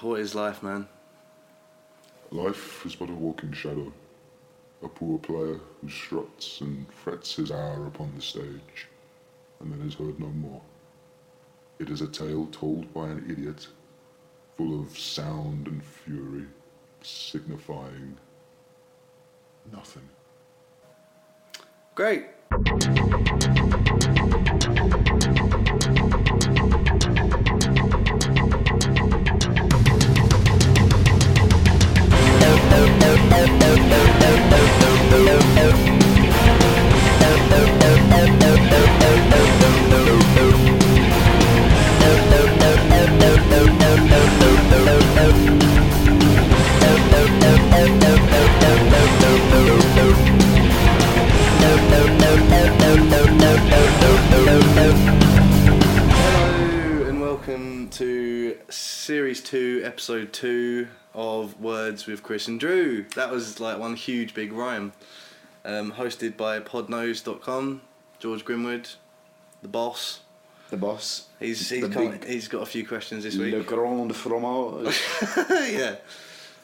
What is life, man? Life is but a walking shadow, a poor player who struts and frets his hour upon the stage, and then is heard no more. It is a tale told by an idiot, full of sound and fury, signifying nothing. Great. Hello and welcome to series two, episode two of Words with Chris and Drew. That was like one huge big rhyme. Um, hosted by podnose.com, George Grimwood, the boss. The boss. He's he's, The come, big- he's got a few questions this week. Le Grand Fromage. yeah.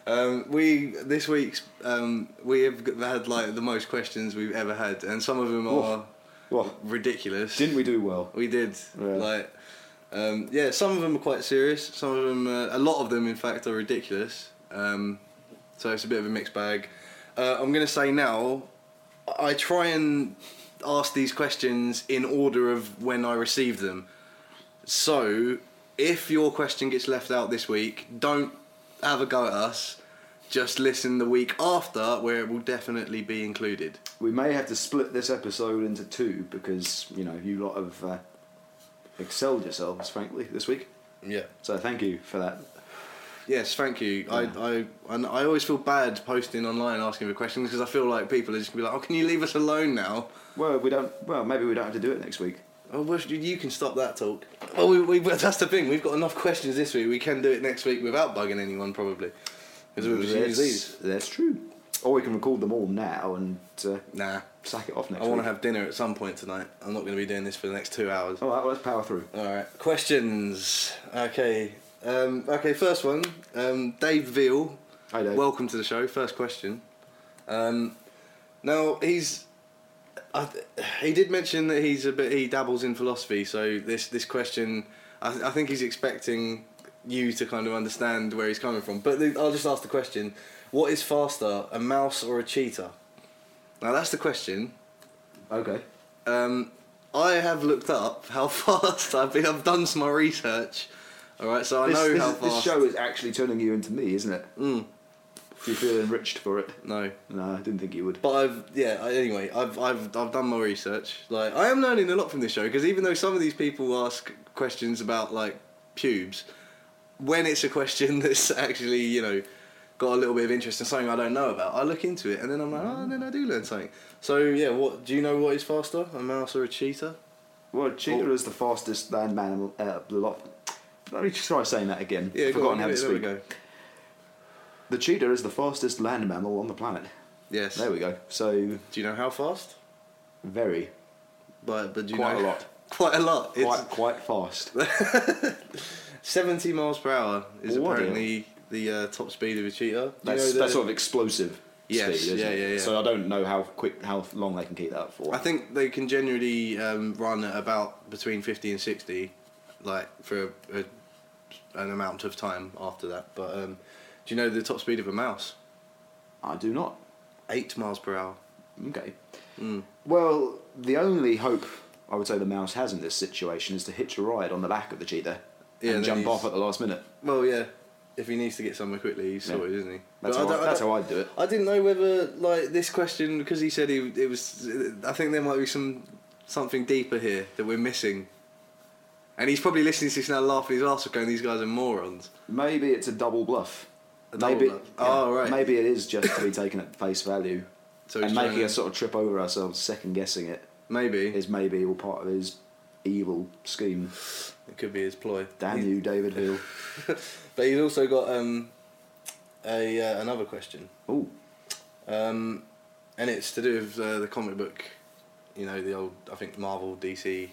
Um, we this week's um, we have g- had like the most questions we've ever had, and some of them Oof. are well, ridiculous. didn't we do well? We did. Yeah. Like, um, yeah, some of them are quite serious. Some of them, uh, a lot of them, in fact, are ridiculous. Um, so it's a bit of a mixed bag. Uh, I'm going to say now, I try and ask these questions in order of when I received them. So if your question gets left out this week, don't have a go at us. Just listen the week after, where it will definitely be included. We may have to split this episode into two because, you know, you lot have uh, excelled yourselves, frankly, this week. Yeah. So thank you for that. Yes, thank you. Yeah. I, I, and I always feel bad posting online asking for questions because I feel like people are just gonna be like, "Oh, can you leave us alone now?" Well, we don't. Well, maybe we don't have to do it next week. Oh, well, you- you can stop that talk. Well, we, we, well, that's the thing. We've got enough questions this week. We can do it next week without bugging anyone, probably. Because we'll just use these. That's, that's true. Or we can record them all now and uh, Nah, sack it off next I week. want to have dinner at some point tonight. I'm not going to be doing this for the next two hours. All right, well, let's power through. All right, questions. Okay, um, okay. First one, um, Dave Veal. Hi, Dave. Welcome to the show. First question. Um, now he's, I, th- he did mention that he's a bit. He dabbles in philosophy, so this this question, I, th- I think he's expecting you to kind of understand where he's coming from. But the, I'll just ask the question: What is faster, a mouse or a cheetah? Now that's the question. Okay. Um, I have looked up how fast I've been. I've done some research. All right, so I this, know this, how is- fast. this show is actually turning you into me, isn't it? Mm, Do you feel enriched for it? no, No, I didn't think you would. but I've yeah. I, anyway, I've I've I've done my research. Like I am learning a lot from this show because even though some of these people ask questions about like pubes, when it's a question that's actually you know got a little bit of interest in something I don't know about, I look into it and then I'm like, oh, and then I do learn something. So yeah, what do you know? What is faster, a mouse or a cheetah? Well, cheetah is the fastest land mammal. Uh, lot. Let me just try saying that again. Yeah, I've go on, forgotten how to there we speak. go. The cheetah is the fastest land mammal on the planet. Yes. There we go. So Do you know how fast? very But but do you Quite know, a lot. Quite a lot. It's quite quite fast. seventy miles per hour is What apparently the uh, top speed of a cheetah. Do That's you know that's the- sort of explosive Yes, speed. Isn't yeah, it? yeah, yeah. So I don't know how quick how long they can keep that up for. I think they can generally um, run at about between fifty and sixty, like for a, a, an amount of time after that. But um, do you know the top speed of a mouse? I do not. Eight miles per hour. Okay. Mm. Well, the only hope I would say the mouse has in this situation is to hitch a ride on the back of the cheetah Yeah, then and jump he's- off at the last minute. Well, yeah. If he needs to get somewhere quickly, he's Yeah. sorted, isn't he? But That's, how, I I, don't- I that's don't- how I'd do it. I didn't know whether like this question because he said he it was. I think there might be some something deeper here that we're missing. And he's probably listening to this now, laughing his arse off, going, "These guys are morons." Maybe it's a double bluff. A double maybe, bluff. Oh, right. Maybe it is just to be taken at face value. So he's and trying making to- us sort of trip over ourselves, second guessing it, maybe is maybe all part of his evil scheme. it could be his ploy. Damn He- you, David Hill. But he's also got um, a uh, another question, Oh, um, and it's to do with uh, the comic book. You know the old, I think Marvel, DC.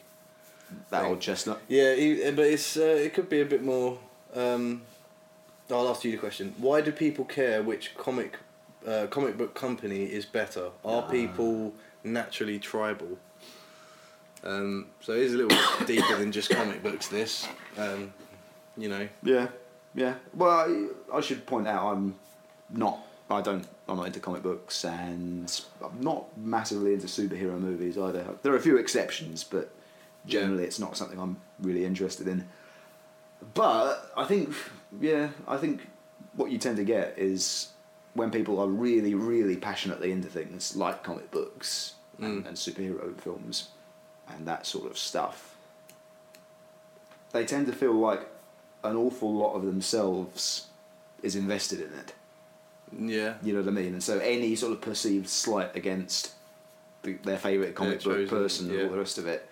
that Thank- old chestnut. uh, Yeah, he, but it's uh, it could be a bit more. Um, I'll ask you the question. Why do people care which comic uh, comic book company is better? Are Ah. people naturally tribal? Um, so it is a little deeper than just comic books. This, um, you know, Yeah, yeah. Well, I, I should point out I'm not. I don't. I'm not into comic books, and I'm not massively into superhero movies either. There are a few exceptions, but generally, it's not something I'm really interested in. But I think, yeah, I think what you tend to get is when people are really, really passionately into things like comic books Mm. and, and superhero films and that sort of stuff. They tend to feel like an awful lot of themselves is invested in it. yeah, You know what I mean? And so any sort of perceived slight against the, their favourite comic Their book chosen, person and yeah. all the rest of it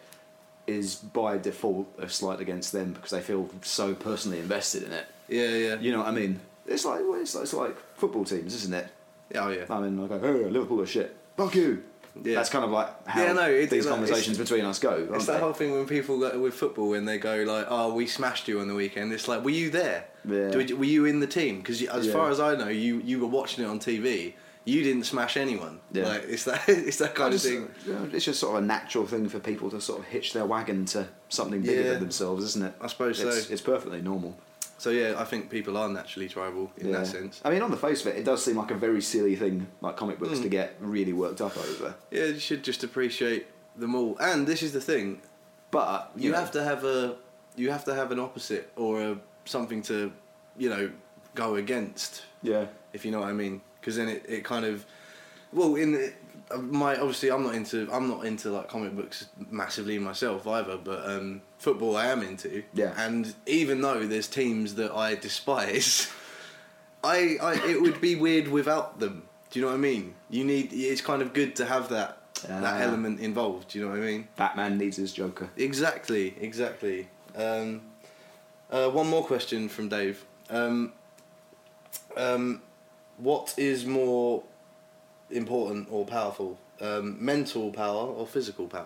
is by default a slight against them because they feel so personally invested in it. yeah, yeah, You know what I mean? It's like well, it's, like- it's like football teams, isn't it? yeah, oh, yeah. I mean, I go, oh, Liverpool are shit. Fuck you. Yeah. That's kind of like how Yeah, no, it- these no, it's- conversations between us go. aren't It's that they? whole thing when people go with football when they go like, "Oh, we smashed you on the weekend." It's like, were you there? Yeah. Do- were you in the team? Because as Yeah. far as I know, you you were watching it on TV. You didn't smash anyone. Yeah. Like it's that it's that kind I just- of thing. you know, it's just sort of a natural thing for people to sort of hitch their wagon to something bigger Yeah. than themselves, isn't it? I suppose it's, so. It's perfectly normal. So yeah, I think people are naturally tribal in Yeah. that sense. I mean, on the face of it, it does seem like a very silly thing, like comic books, Mm. to get really worked up over. Yeah, you should just appreciate them all. And this is the thing: But you know, have to have a you have to have an opposite or a something to you know go against Yeah. if you know what I mean. Because then it, it kind of, well, in the, uh, my obviously I'm not into I'm not into like comic books massively myself either, but um, football I am into. Yeah. And even though there's teams that I despise, I, I it would be weird without them. Do you know what I mean? You need it's kind of good to have that Ah. that element involved. Do you know what I mean? Batman needs his Joker. Exactly, exactly. Um, uh, one more question from Dave. Um, um, what is more important or powerful, um, mental power or physical power?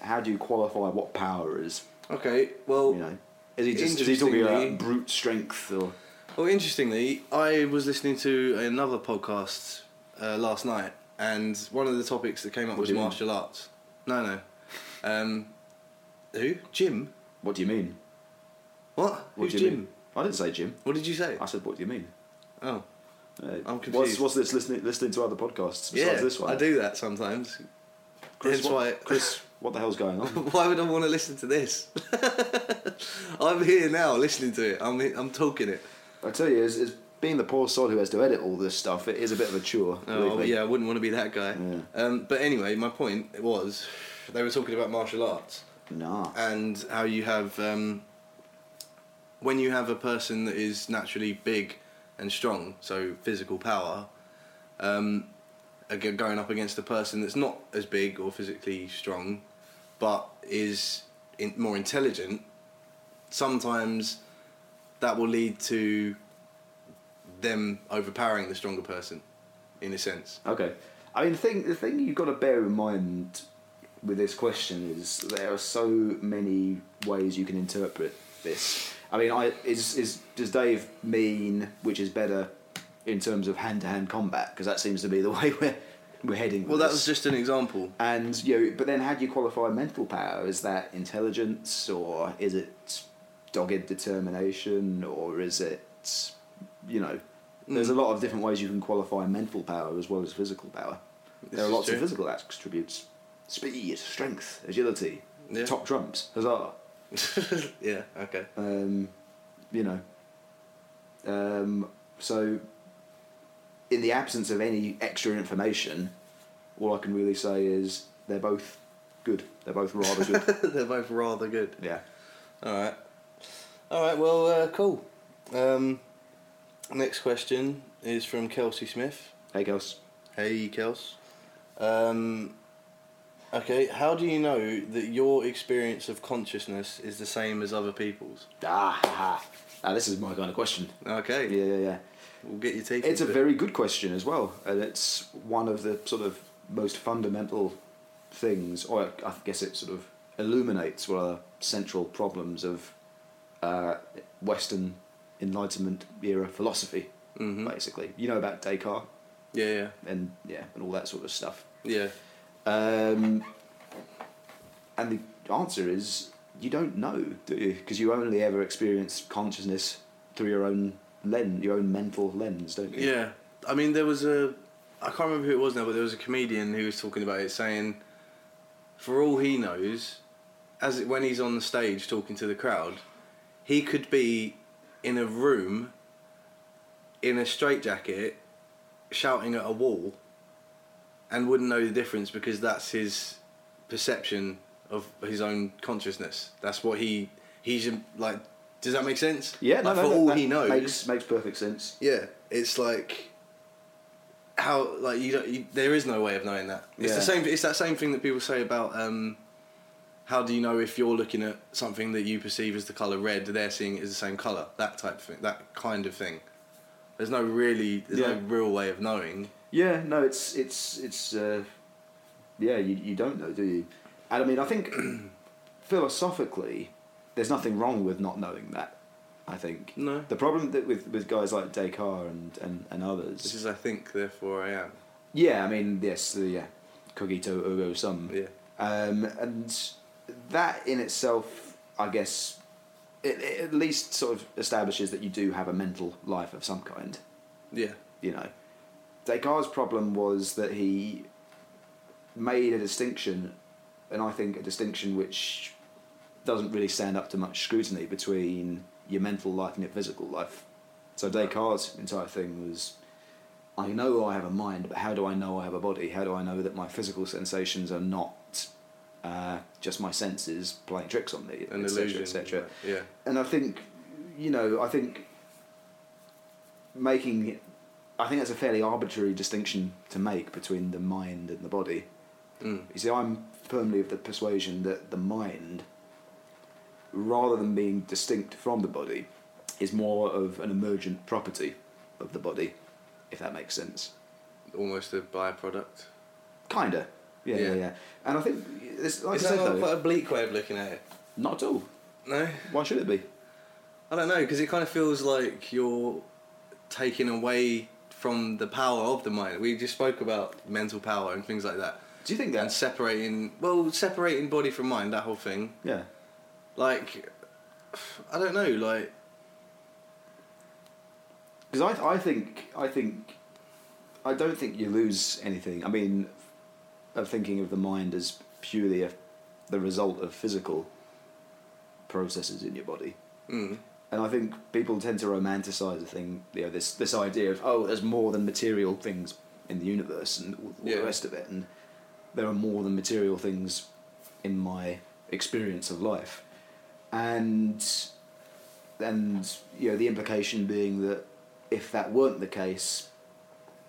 How do you qualify what power is? Okay, well, you know, is he just is he talking interestingly- about brute strength or? well, interestingly, I was listening to another podcast uh, last night, and one of the topics that came up What was do you mean? martial arts. No, no. Um, who? Jim? What do you mean? What? What Who's do you Jim? Mean? I didn't say Jim. What did you say? I said, what do you mean? Oh. Uh, I'm What's, confused. what's this listening listening to other podcasts besides Yeah, this one? I do that sometimes. Chris, Hence what, why, Chris, what the hell's going on? why would I want to listen to this? I'm here now, listening to it. I'm I'm talking it. I tell you, it's, it's being the poor sod who has to edit all this stuff. It is a bit of a chore. believe Oh me. yeah, I wouldn't want to be that guy. Yeah. Um, but anyway, my point was, they were talking about martial arts Nah. and how you have um, when you have a person that is naturally big and strong, so physical power. Um, ag- going up against a person that's not as big or physically strong, but is in, more intelligent, sometimes that will lead to them overpowering the stronger person, in a sense. Okay. I mean, the thing the thing you've got to bear in mind with this question is there are so many ways you can interpret this. I mean, I is is does Dave mean which is better in terms of hand to hand combat? Because that seems to be the way we're we're heading. with Well, that this. was just an example. And you know, but then how do you qualify mental power? Is that intelligence, or is it dogged determination, or is it, you know, there's Mm. a lot of different ways you can qualify mental power as well as physical power. This there are is lots true. of physical attributes: speed, strength, agility, Yeah. top trumps, huzzah. yeah. Okay. Um, you know, um, so in the absence of any extra information, all I can really say is they're both good. They're both rather good. They're both rather good. yeah. All right. All right. Well, uh, cool. Um, next question is from Kelsey Smith. Hey, girls. Hey, Kels. Um, okay. How do you know that your experience of consciousness is the same as other people's? Ah, ha, ha. Ah, this is my kind of question. Okay. Yeah, yeah, yeah. We'll get your teeth. It's a into it. very good question as well, and it's one of the sort of most fundamental things, or I guess it sort of illuminates one of the central problems of uh, Western Enlightenment era philosophy, hmm basically. You know about Descartes Yeah, yeah, and yeah, and all that sort of stuff. yeah. Um, and the answer is you don't know, do you? Because you only ever experience consciousness through your own lens, your own mental lens, don't you? Yeah, I mean, there was a I can't remember who it was now, but there was a comedian who was talking about it, saying, for all he knows, as it, when he's on the stage talking to the crowd, he could be in a room, in a straitjacket, shouting at a wall, and wouldn't know the difference because that's his perception of his own consciousness. That's what he he's like. Does that make sense? Yeah, no, like, no, for that- all that he knows, makes makes perfect sense. yeah, it's like how like you, don't, you there is no way of knowing that. It's Yeah. the same. It's that same thing that people say about um, how do you know if you're looking at something that you perceive as the color red, they're seeing it as the same color. That type of thing. That kind of thing. There's no really. There's no Yeah. real way of knowing. Yeah, no, it's it's it's uh, yeah, you you don't know, do you? And I mean, I think philosophically, there's nothing wrong with not knowing that. I think No. the problem that with with guys like Descartes and and, and others This is I think, therefore I am. Yeah, I mean, yes, the yeah, cogito ergo sum. Yeah. Um, and that in itself, I guess, it, it at least sort of establishes that you do have a mental life of some kind. Yeah. You know, Descartes' problem was that he made a distinction, and I think a distinction which doesn't really stand up to much scrutiny between your mental life and your physical life. So Descartes' entire thing was I know I have a mind, but how do I know I have a body? How do I know that my physical sensations are not uh, just my senses playing tricks on me, An etc., illusion. etc.? Yeah. And I think, you know, I think making, I think that's a fairly arbitrary distinction to make between the mind and the body. Mm. You see, I'm firmly of the persuasion that the mind, rather than being distinct from the body, is more of an emergent property of the body, if that makes sense. Almost a byproduct. Kinda. Yeah, yeah, Yeah. yeah. And I think, this, like is I that said, not though, quite a bleak way of looking at it? not at all. No. Why should it be? I don't know because it kind of feels like you're taking away from the power of the mind. We just spoke about mental power and things like that, Do you think and that's. separating well, separating body from mind, that whole thing. Yeah. Like, I don't know, like Because I, I think, I think, I don't think you lose anything. I mean, of thinking of the mind as purely a, the result of physical processes in your body. mm, And I think people tend to romanticize the thing, you know, this this idea of oh, there's more than material things in the universe and all, all Yeah. the rest of it, and there are more than material things in my experience of life, and and you know the implication being that if that weren't the case,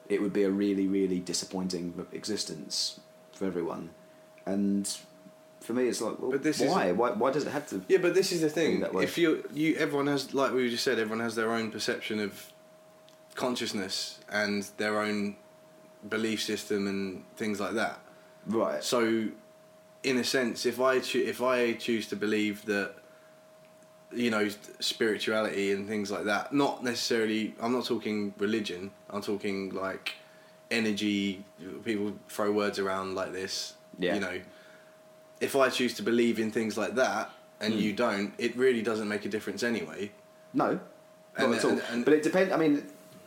it would be a really really disappointing existence for everyone, and for me it's like well, But this is- why? why why does it have to yeah. But this is the thing: that way. if you you everyone has like we just said, everyone has their own perception of consciousness and their own belief system and things like that. right? So, in a sense, if I choo- if I choose to believe that, you know, spirituality and things like that, not necessarily. I'm not talking religion. I'm talking like energy. People throw words around like this. Yeah. You know, if I choose to believe in things like that and Mm. you don't, it really doesn't make a difference anyway. No, And- not at all. and- and- but it depends. I mean,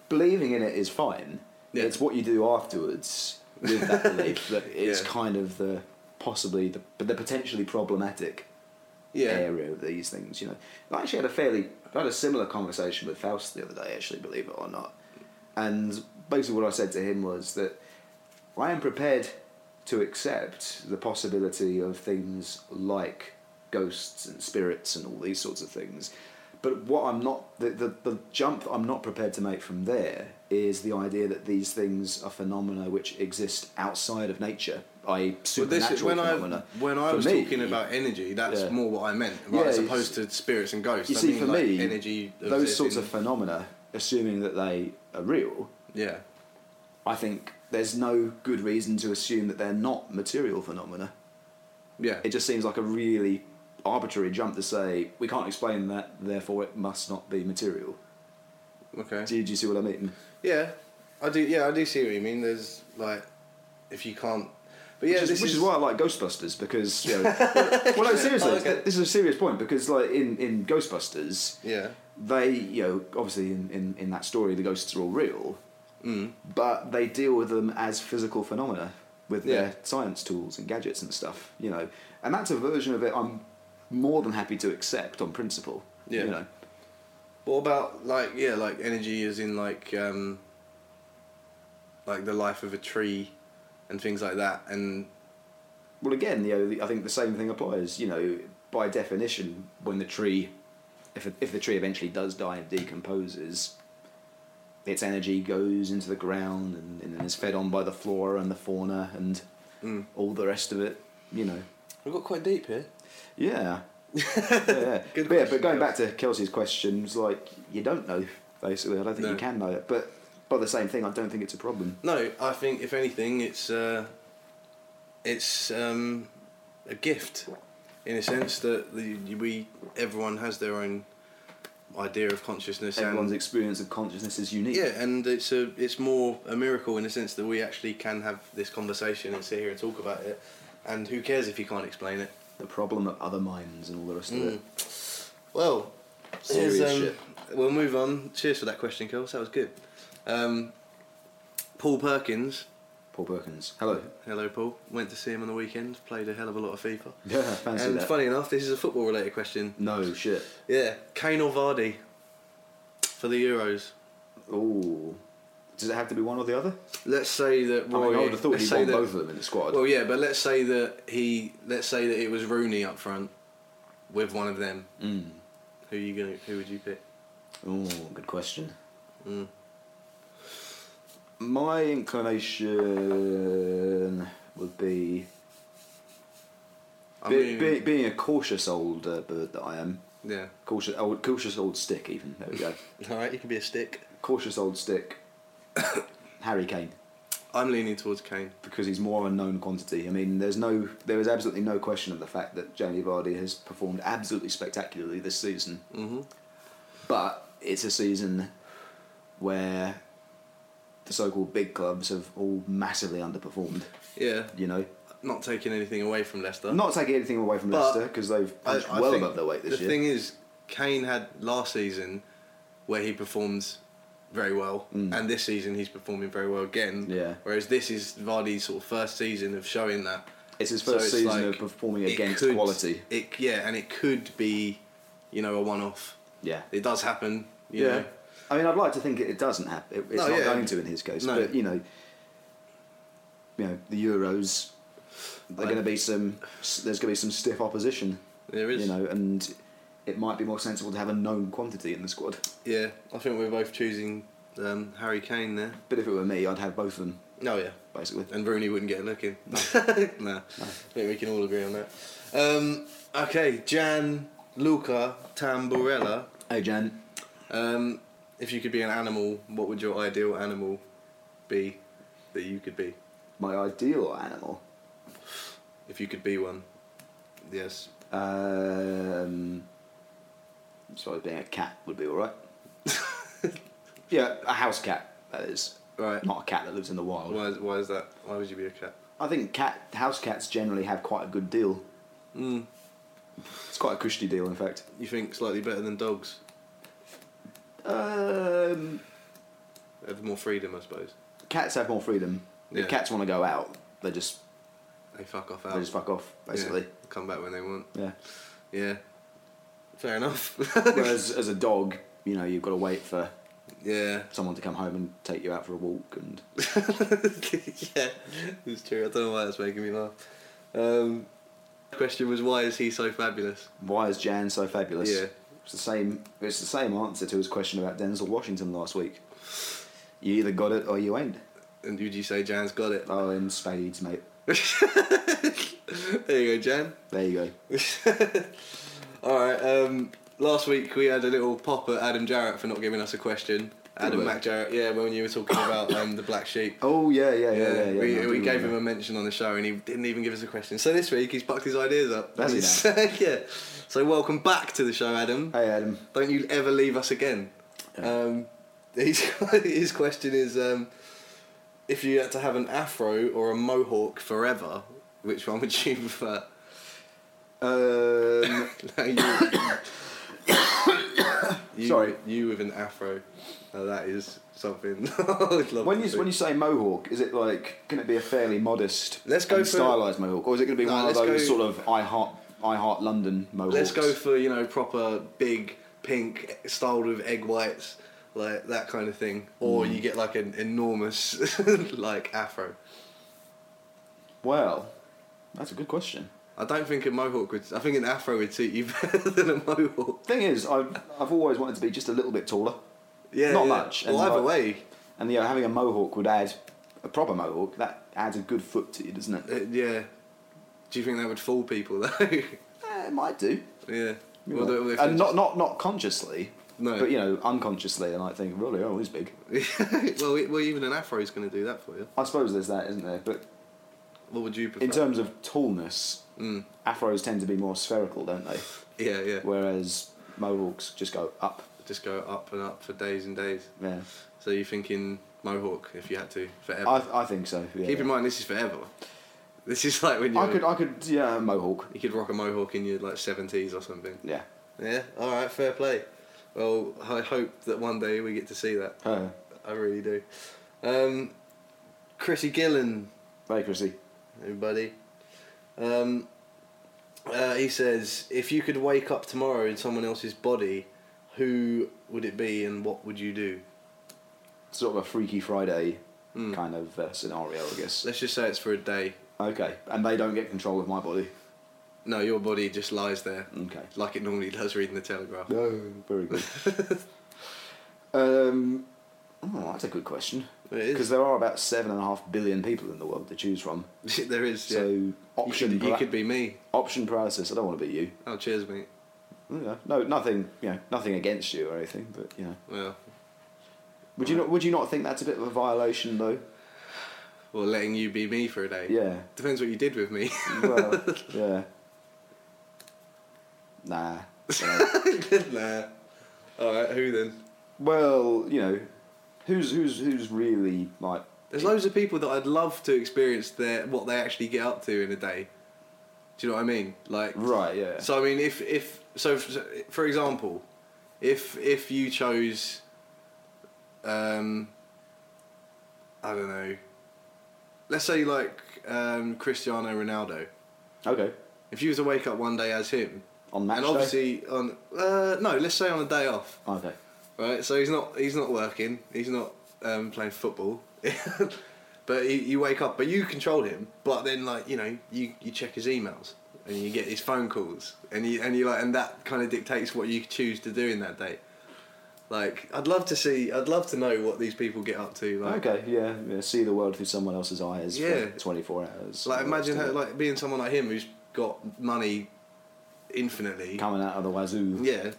believing in it is fine. Yeah. It's what you do afterwards with that belief that is Yeah. kind of the possibly the but the potentially problematic Yeah. area of these things. You know, I actually had a fairly I had a similar conversation with Faust the other day. Actually, believe it or not, and basically what I said to him was that I am prepared to accept the possibility of things like ghosts and spirits and all these sorts of things. But what I'm not, the, the, the jump I'm not prepared to make from there is the idea that these things are phenomena which exist outside of nature, i.e., But this supernatural is when I phenomena. when I For was me- talking about energy, that's Yeah. more what I meant, right, Yeah, as you opposed to spirits and ghosts. You I see, mean, for like, me, energy those existing- sorts of phenomena, assuming that they are real, yeah. I think there's no good reason to assume that they're not material phenomena. Yeah. It just seems like a really arbitrary jump to say we can't explain that, therefore it must not be material. Okay. Do you, do you see what I mean? Yeah, I do. Yeah, I do see what you mean. There's like, if you can't, but yeah, which, this is, which is why I like Ghostbusters because you know, well, no, seriously, Oh, okay. this is a serious point because like in, in Ghostbusters, Yeah. they you know obviously in, in, in that story the ghosts are all real, Mm. but they deal with them as physical phenomena with Yeah. their science tools and gadgets and stuff, you know, and that's a version of it I'm more than happy to accept on principle. Yeah. You know, What about like yeah, like energy is in like um, like the life of a tree, and things like that, and well again, you know, the- I think the same thing applies. You know, by definition, when the tree, if if the tree eventually does die and decomposes, its energy goes into the ground and, and then is fed on by the flora and the fauna and mm. all the rest of it. You know. we got quite deep here. Yeah. yeah, yeah. Good but, yeah, question, but going back to Kelsey's questions, like you don't know basically. I don't think No. you can know it, but by the same thing, I don't think it's a problem. No, I think if anything, it's uh, it's um, a gift, in a sense that the, we everyone has their own idea of consciousness Everyone's and experience of consciousness is unique. um, Yeah, and it's a it's more a miracle in the sense that we actually can have this conversation and sit here and talk about it. And who cares if you can't explain it? The problem of other minds and all the rest of Mm. it. Well, Serious here's, um, shit. We'll move on. Cheers for that question, Kels. That was good. Um, Paul Perkins. Paul Perkins. Hello. Hello, Paul. Went to see him on the weekend. Played a hell of a lot of FIFA. Yeah, fancy and that. funny enough, this is a football-related question. No shit. Yeah, Kane or Vardy for the Euros. Ooh. Does it have to be one or the other? Let's say that I Roy. mean, I would have thought let's he say won that- both of them in the squad. Well, yeah, but let's say that he, let's say that it was Rooney up front with one of them. mm. Who you gonna? Who would you pick? Ooh, good question. Mm. My inclination would be I'm Be, gonna- be, being a cautious old uh, bird that I am, yeah. cautious old, cautious old stick. Even there we go, All right, you can be a stick. cautious old stick. Harry Kane, I'm leaning towards Kane. because he's more of a known quantity. I mean, there's no, there is absolutely no question of the fact that Jamie Vardy has performed absolutely spectacularly this season. hmm But it's a season where the so-called big clubs have all massively underperformed. Yeah, You know, not taking anything away from Leicester. not taking anything away from But Leicester because they've I- punched I well think above their weight this the year. thing is, Kane had last season where he performed very well, Mm. and this season he's performing very well again. Yeah. Whereas this is Vardy's sort of first season of showing that. It's his So first it's season like, of performing it against could- quality. It yeah, and it could be, you know, a one-off. Yeah. It does happen. You yeah. Know? I mean, I'd like to think it, it doesn't happen. It's No, not yeah. going to in his case. No. But you know, you know the Euros. They're I- going to be some. s- There's going to be some stiff opposition. There is. You know, and it might be more sensible to have a known quantity in the squad. Yeah, I think we're both choosing um, Harry Kane there. But if it were me, I'd have both of them Oh yeah, basically. and Rooney wouldn't get a look in. nah, I think we can all agree on that. Um, okay, Jan, Luca, Tamburella. Hey Jan, Um, if you could be an animal, what would your ideal animal be that you could be? my ideal animal. If you could be one, yes. Um, sorry, being a cat would be all right. yeah, a house cat. That is Right. not a cat that lives in the wild. Why is, why is that? Why would you be a cat? I think cat house cats generally have quite a good deal. Mm, It's quite a cushy deal, in fact. you think slightly better than dogs? Um, They have more freedom, I suppose. cats have more freedom. Yeah. If cats want to go out, they just They fuck off out. they just fuck off Yeah, basically. come back when they want. Yeah. Yeah. Fair enough. Whereas as a dog, you know, you've got to wait for yeah. someone to come home and take you out for a walk and yeah, it's true. I don't know why that's making me laugh. Um, question was why is he so fabulous? why is Jan so fabulous? Yeah. It's the same. It's the same answer to his question about Denzel Washington last week. You either got it or you ain't. And would you say Jan's got it? Oh, in spades, mate. There you go, Jan. There you go. All right. Um, last week we had a little pop at Adam Jarrett for not giving us a question. Adam we? McJarrett, yeah, when you were talking about um, the black sheep. Oh yeah, yeah, yeah, yeah. yeah, we, no, I do we gave him remember. a mention on the show, and he didn't even give us a question. So this week he's bucked his ideas up. Has he He's- yeah. So welcome back to the show, Adam. Hey Adam. Don't you ever leave us again. Yeah. Um, his, his question is um, if you had to have an afro or a mohawk forever, which one would you prefer? Um, No, you, you- Sorry. You with an afro. Now that is something. I'd love when to see. you when you say mohawk, is it like going to be a fairly modest, Let's go and for- stylized mohawk, or is it going to be No, one of let's those go- sort of I heart I heart London mohawks? Let's go for you know proper big pink styled with egg whites like that kind of thing, or Mm. you get like an enormous like afro. Well, that's a good question. I don't think a mohawk would. I think an afro would suit you better than a mohawk. Thing is, I've I've always wanted to be just a little bit taller, Yeah, Not yeah. much, Well, and either I- way, and you know having a mohawk would add a proper mohawk that adds a good foot to you, doesn't it? uh, yeah. Do you think that would fool people though? Eh, it might do. yeah. You Well, know. if and it's- not not not consciously, No. but you know unconsciously, I might think, really, oh, he's big. well, it- well, even an afro is going to do that for you. I suppose there's that, isn't there? But What would you prefer? in terms of tallness, Mm. afros tend to be more spherical, don't they? Yeah, yeah. Whereas mohawks just go up. Just go up and up for days and days. Yeah, So you're thinking mohawk if you had to forever. I, I think so. Yeah. Keep in mind, this is forever. This is like when you I could I could yeah mohawk. you could rock a mohawk in your like seventies or something. Yeah. Yeah. All right. Fair play. Well, I hope that one day we get to see that. Uh, I really do. Um, Chrissy Gillen, hey, Chrissy. everybody. Um, uh, he says, if you could wake up tomorrow in someone else's body, who would it be and what would you do? Sort of a Freaky Friday Hmm. kind of uh, scenario, I guess. Let's just say it's for a day. Okay, and they don't get control of my body. No, your body just lies there, Okay. like it normally does reading the Telegraph. No, very good. um, oh, that's a good question. It is. Because there are about seven and a half billion people in the world to choose from. there is. yeah. So option You could, you para- could be me. option paralysis. I don't want to be you. Oh, cheers, mate. You know, No, nothing. You know, nothing against you or anything. But you know, Well, would you not? Would you not think that's a bit of a violation, though? well, letting you be me for a day. Yeah. Depends what you did with me. Well, yeah. Nah. you know. nah. All right, who then? well, you know, who's who's who's really like? There's loads of people that I'd love to experience their what they actually get up to in a day. Do you know what I mean? Like, Right. Yeah. so I mean, if if so, f- for example, if if you chose, um, I don't know, let's say like um, Cristiano Ronaldo. Okay. If you was to wake up one day as him, On match and day? obviously on uh, no, let's say on a day off, Okay. right? So he's not he's not working, he's not um, playing football, but you, you wake up, but you control him. But then like you know you, you check his emails and you get his phone calls and you and you like and that kind of dictates what you choose to do in that day. Like I'd love to see, I'd love to know what these people get up to. Like, Okay, yeah, yeah. See the world through someone else's eyes Yeah. for 24 hours. like imagine how, like being someone like him who's got money infinitely. Coming out of the wazoo. Yeah,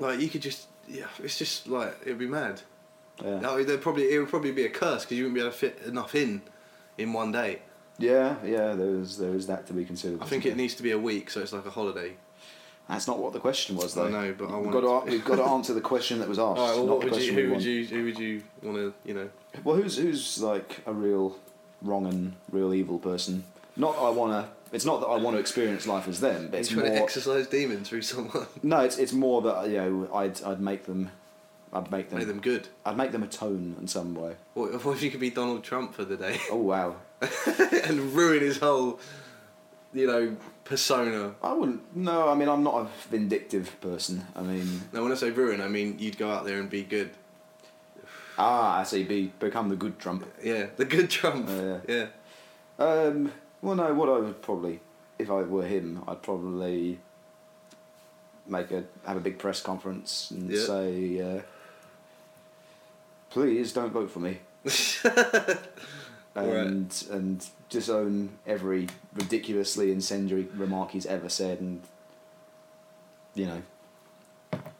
like you could just yeah, it's just like it'd be mad. Yeah. Yeah, No, there'd probably it would probably be a curse because you wouldn't be able to fit enough in in one day. yeah, there is there is that to be considered. I think isn't it there? needs to be a week, so it's like a holiday. That's not what the question was, though. I know, but I we've wanted got to, to- a- we've got to answer the question that was asked. All right. Well, Oh, not what the would you? Who question we would want. you? Who would you want to? You know. Well, who's who's like a real wrong and real evil person? Not I wanna. It's not that I want to experience life as them, but It's it's trying to more. exercise demons through someone. No, it's it's more that you know I'd I'd make them, I'd make them, Make them good. I'd make them atone in some way. What, what if you could be Donald Trump for the day Oh wow, and ruin his whole, you know, persona? I wouldn't. No, I mean I'm not a vindictive person. I mean, Now, when I say ruin, I mean you'd go out there and be good. ah, I see. Be become the good Trump. Yeah, the good Trump. Oh, yeah. Um, well, no, what I would probably, if I were him, I'd probably make a have a big press conference and Yeah. say, uh, please don't vote for me, All right. and and disown every ridiculously incendiary remark he's ever said, and you know,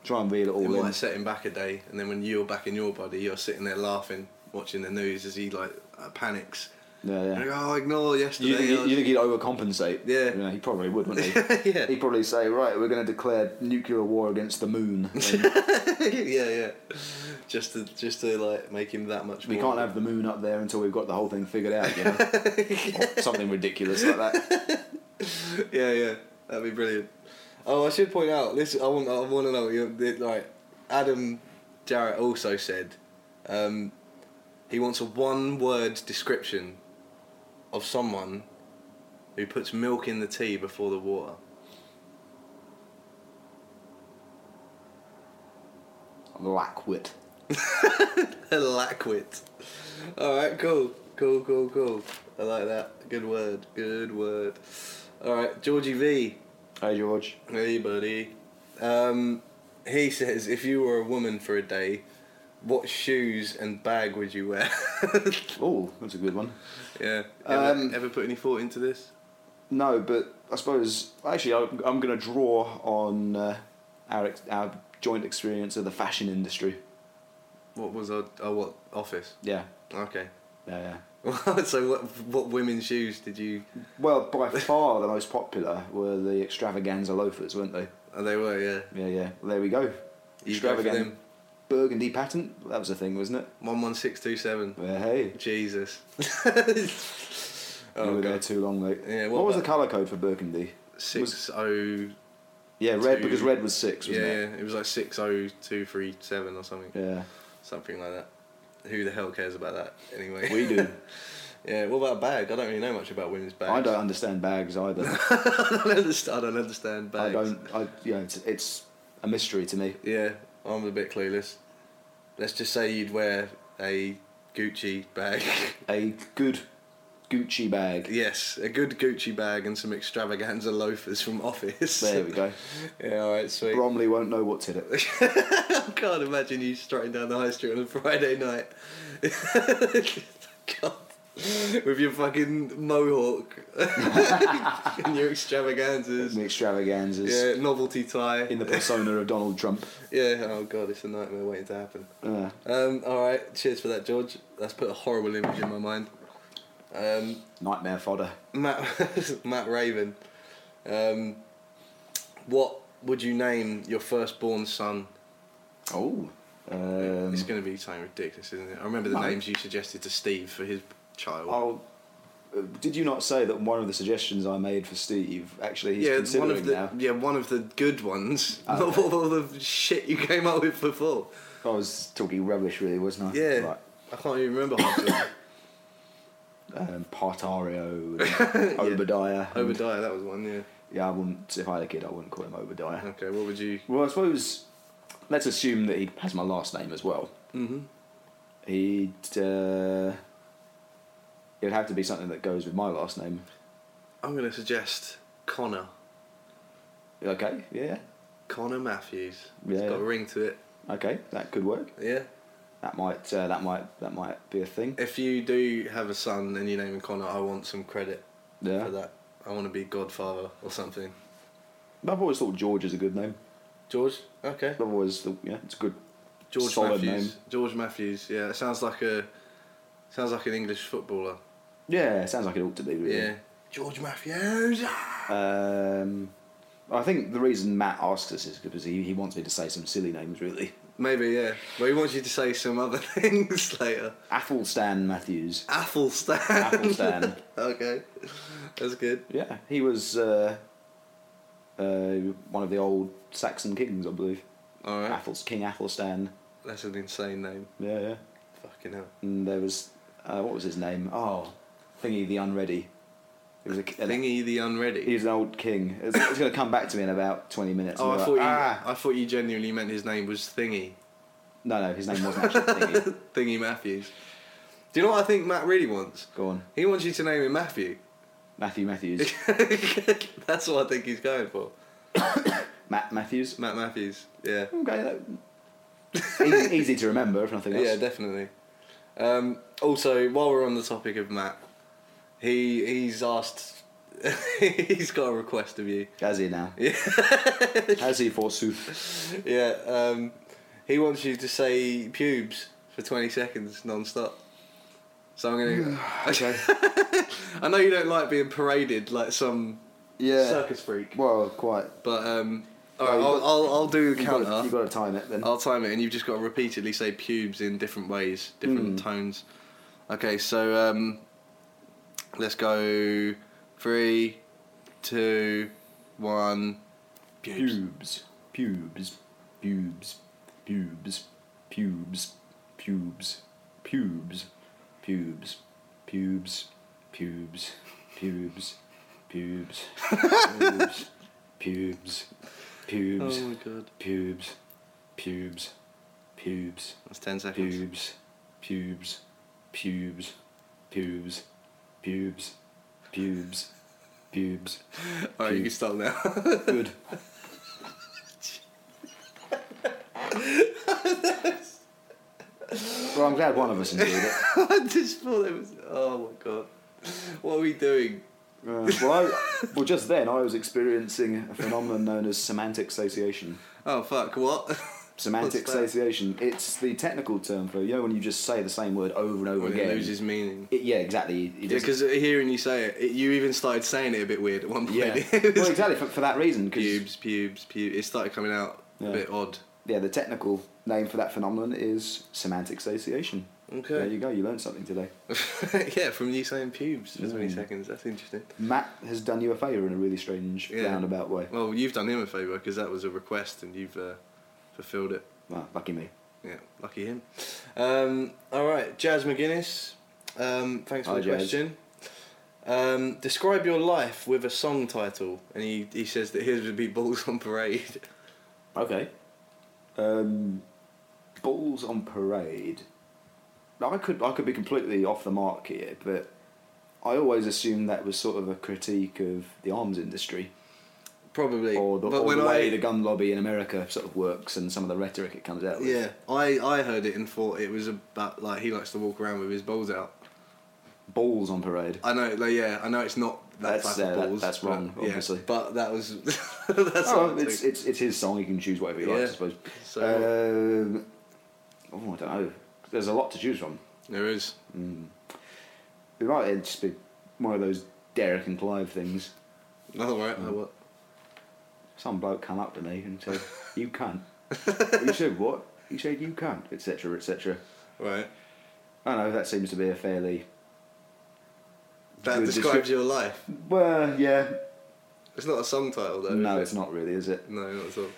Try and reel it all It might in. have set him back a day, and then when you're back in your body, you're sitting there laughing, watching the news as he like uh, panics. Yeah, And yeah. you go, oh, ignore yesterday. You, I you, was-" you think he'd overcompensate? Yeah. he probably would, wouldn't he? yeah. He'd probably say, right, we're going to declare nuclear war against the moon. And yeah, yeah. Just to just to like make him that much. we more. can't have the moon up there until we've got the whole thing figured out, you know? Or something ridiculous like that. yeah, yeah. That'd be brilliant. Oh, I should point out. This I want. I want to know. You it, like Adam Jarrett also said, um, he wants a one-word description of someone who puts milk in the tea before the water. Lackwit. A Lackwit. All right, cool, cool, cool, cool. I like that. Good word. Good word. All right, Georgie V. Hey, George. Hey, buddy. Um, he says, if you were a woman for a day, what shoes and bag would you wear? Oh, that's a good one. yeah. Ever, Um, ever put any thought into this? No, but I suppose actually I'm, I'm going to draw on uh, our ex- our joint experience of the fashion industry. What was our, our what office? Yeah, Okay. yeah, yeah. so what what women's shoes did you? Well, by far the most popular were the extravaganza loafers, weren't they? Oh, they were yeah. Yeah, yeah. Well, there we go. You go for them. burgundy pattern. That was a thing, wasn't it? One one six two seven. Well, hey, Jesus. you oh were there god. too long, mate. Yeah, what what was the about- colour code for burgundy? Six oh. Yeah, red Two- because red was six, Yeah, wasn't yeah. it? It was like six oh two three seven or something. Yeah, Something like that. Who the hell cares about that anyway? we do. Yeah, what about a bag? I don't really know much about women's bags. I don't understand bags either. I don't understand, I don't understand I bags. don't. I, you know, it's, it's a mystery to me. Yeah, I'm a bit clueless. Let's just say you'd wear a Gucci bag. a good Gucci bag. yes, a good Gucci bag and some extravaganza loafers from Office. There we go. yeah, alright, sweet. Bromley won't know what's in it. I can't imagine you strutting down the high street on a Friday night. God. With your fucking mohawk and your extravaganzas. The extravaganzas Yeah, novelty tie. in the persona of Donald Trump. Yeah, oh god, it's a nightmare waiting to happen. Uh, Um, alright, cheers for that, George. That's put a horrible image in my mind. Um, nightmare fodder. Matt, Matt Raven, um, what would you name your firstborn son? Oh. Um, it's going to be something ridiculous, isn't it? I remember the no. names you suggested to Steve for his child. I'll, uh, did you not say that one of the suggestions I made for Steve actually he's yeah, considering one of the now? yeah one of the good ones. Oh, not okay. all, all the shit you came up with before. I was talking rubbish, really, wasn't I? Yeah, Like, I can't even remember. half of them. um, Partario, and Obadiah. and- Obadiah, that was one. Yeah. Yeah, I wouldn't. If I had a kid, I wouldn't call him Obadiah. Okay, what would you? Well, I suppose let's assume that he has my last name as well. Mm-hmm. He'd. Uh, it would have to be something that goes with my last name. I'm going to suggest Connor. Okay, yeah, Connor Matthews. It's Yeah. got a ring to it. okay, that could work. Yeah. That might, uh, that might, that might be a thing. If you do have a son and you name him Connor, I want some credit Yeah, for that. I want to be godfather or something. I've always thought George is a good name. George? Okay. I've always thought, yeah, it's good. George Solid Matthews. name. George Matthews. Yeah, it sounds like a sounds like an English footballer. Yeah, it sounds like it ought to be. Really. Yeah. George Matthews. Ah! Um, I think the reason Matt asks us is because he, he wants me to say some silly names, really. Maybe yeah. But he wants you to say some other things later. Athelstan Matthews. Athelstan. Athelstan. okay. That's good. Yeah, he was uh, uh, one of the old Saxon kings, I believe. All right. Athels, King Athelstan. That's an insane name. Yeah, yeah. Fucking hell. And there was uh, what was his name? Oh, Thingy the Unready. It was a an- Thingy the unready. He was an old king. It's, it's going to come back to me in about twenty minutes. Oh, I and thought be you. like, "Ah!" I thought you genuinely meant his name was Thingy, No, no, his name wasn't actually Thingy. Thingy Matthews. Do you know what I think Matt really wants? Go on, He wants you to name him Matthew. Matthew Matthews, That's what I think he's going for. Matt Matthews. Matt Matthews. Yeah. Okay, that, easy, easy to remember if nothing else. Yeah, definitely. Um, also, while we're on the topic of Matt, he he's asked he's got a request of you. Has he now? Yeah. Has he forsooth? Yeah, um, he wants you to say pubes for 20 seconds non-stop. So I'm gonna. Hmm, Okay. I know you don't like being paraded like some Yeah. circus freak, Well, quite. but um, all No, right, you've I'll, got- I'll I'll do the You've got, to, counter. you've got to time it then. I'll time it, and you've just got to repeatedly say pubes in different ways, different Mm. tones. Okay, so um, let's go three, two, one. Pubes. Pubes. Pubes. Pubes. Pubes. Pubes. Pubes. Pubes. Pubes. Pubes. Pubes. Pubes. Pubes. Pubes. Oh Pubes. Pubes. my god, Pubes. Pubes. Pubes. that's ten seconds. Pubes. Pubes. Pubes. Pubes. Pubes. Pubes. Pubes. All right, you can Pubes. stop now. Good. well, I'm glad one of us enjoyed it. I just thought it was. Oh my god, what are we doing? Uh, well, I, well, just then I was experiencing a phenomenon known as semantic satiation. Oh fuck, what? Semantic What's that? satiation. It's the technical term for you know when you just say the same word over and over When again. it loses meaning. It- yeah, exactly. It- it Yeah, doesn't- because hearing you say it, it, you even started saying it a bit weird at one point. yeah. It was well, exactly for, for that reason. Because pubes, pubes, pubes. It started coming out Yeah. a bit odd. yeah, the technical name for that phenomenon is semantic satiation. Okay. There you go. You learned something today. yeah, from you saying pubes for 20 Mm. seconds. That's interesting. Matt has done you a favour in a really strange Yeah. roundabout way. Well, you've done him a favour because that was a request and you've uh, fulfilled it. Well, lucky me. Yeah, lucky him. Um, all right, Jazz McGuinness. Um, thanks for Hi, the Jazz. question. Um, describe your life with a song title, and he, he says that his would be Balls on Parade. Okay. Um, balls on parade. Now, I could I could be completely off the mark here, but I always assumed that was sort of a critique of the arms industry Probably. or the, but or when the way I the gun lobby in America sort of works and some of the rhetoric it comes out with. yeah, I, I heard it and thought it was about like he likes to walk around with his balls out. Balls on parade. I know, like, yeah, I know it's not that That's, type of uh, that- balls. that's but, wrong, yeah, obviously. but that was that's oh, what I it's, took. it's it's his song. He can choose whatever he likes, Yeah. I suppose. So Um, oh, I don't know. There's a lot to choose from. there is. Mm. It might it'd just be one of those Derek and Clive things. All right, Mm. I what? Some bloke come up to me and said, "You cunt." you said what? He said, "You cunt," etc., etc. Right. I know that seems to be a fairly That Good describes your life. well, yeah. It's not a song title though. No, is it's not really, is it? it? No, not at all.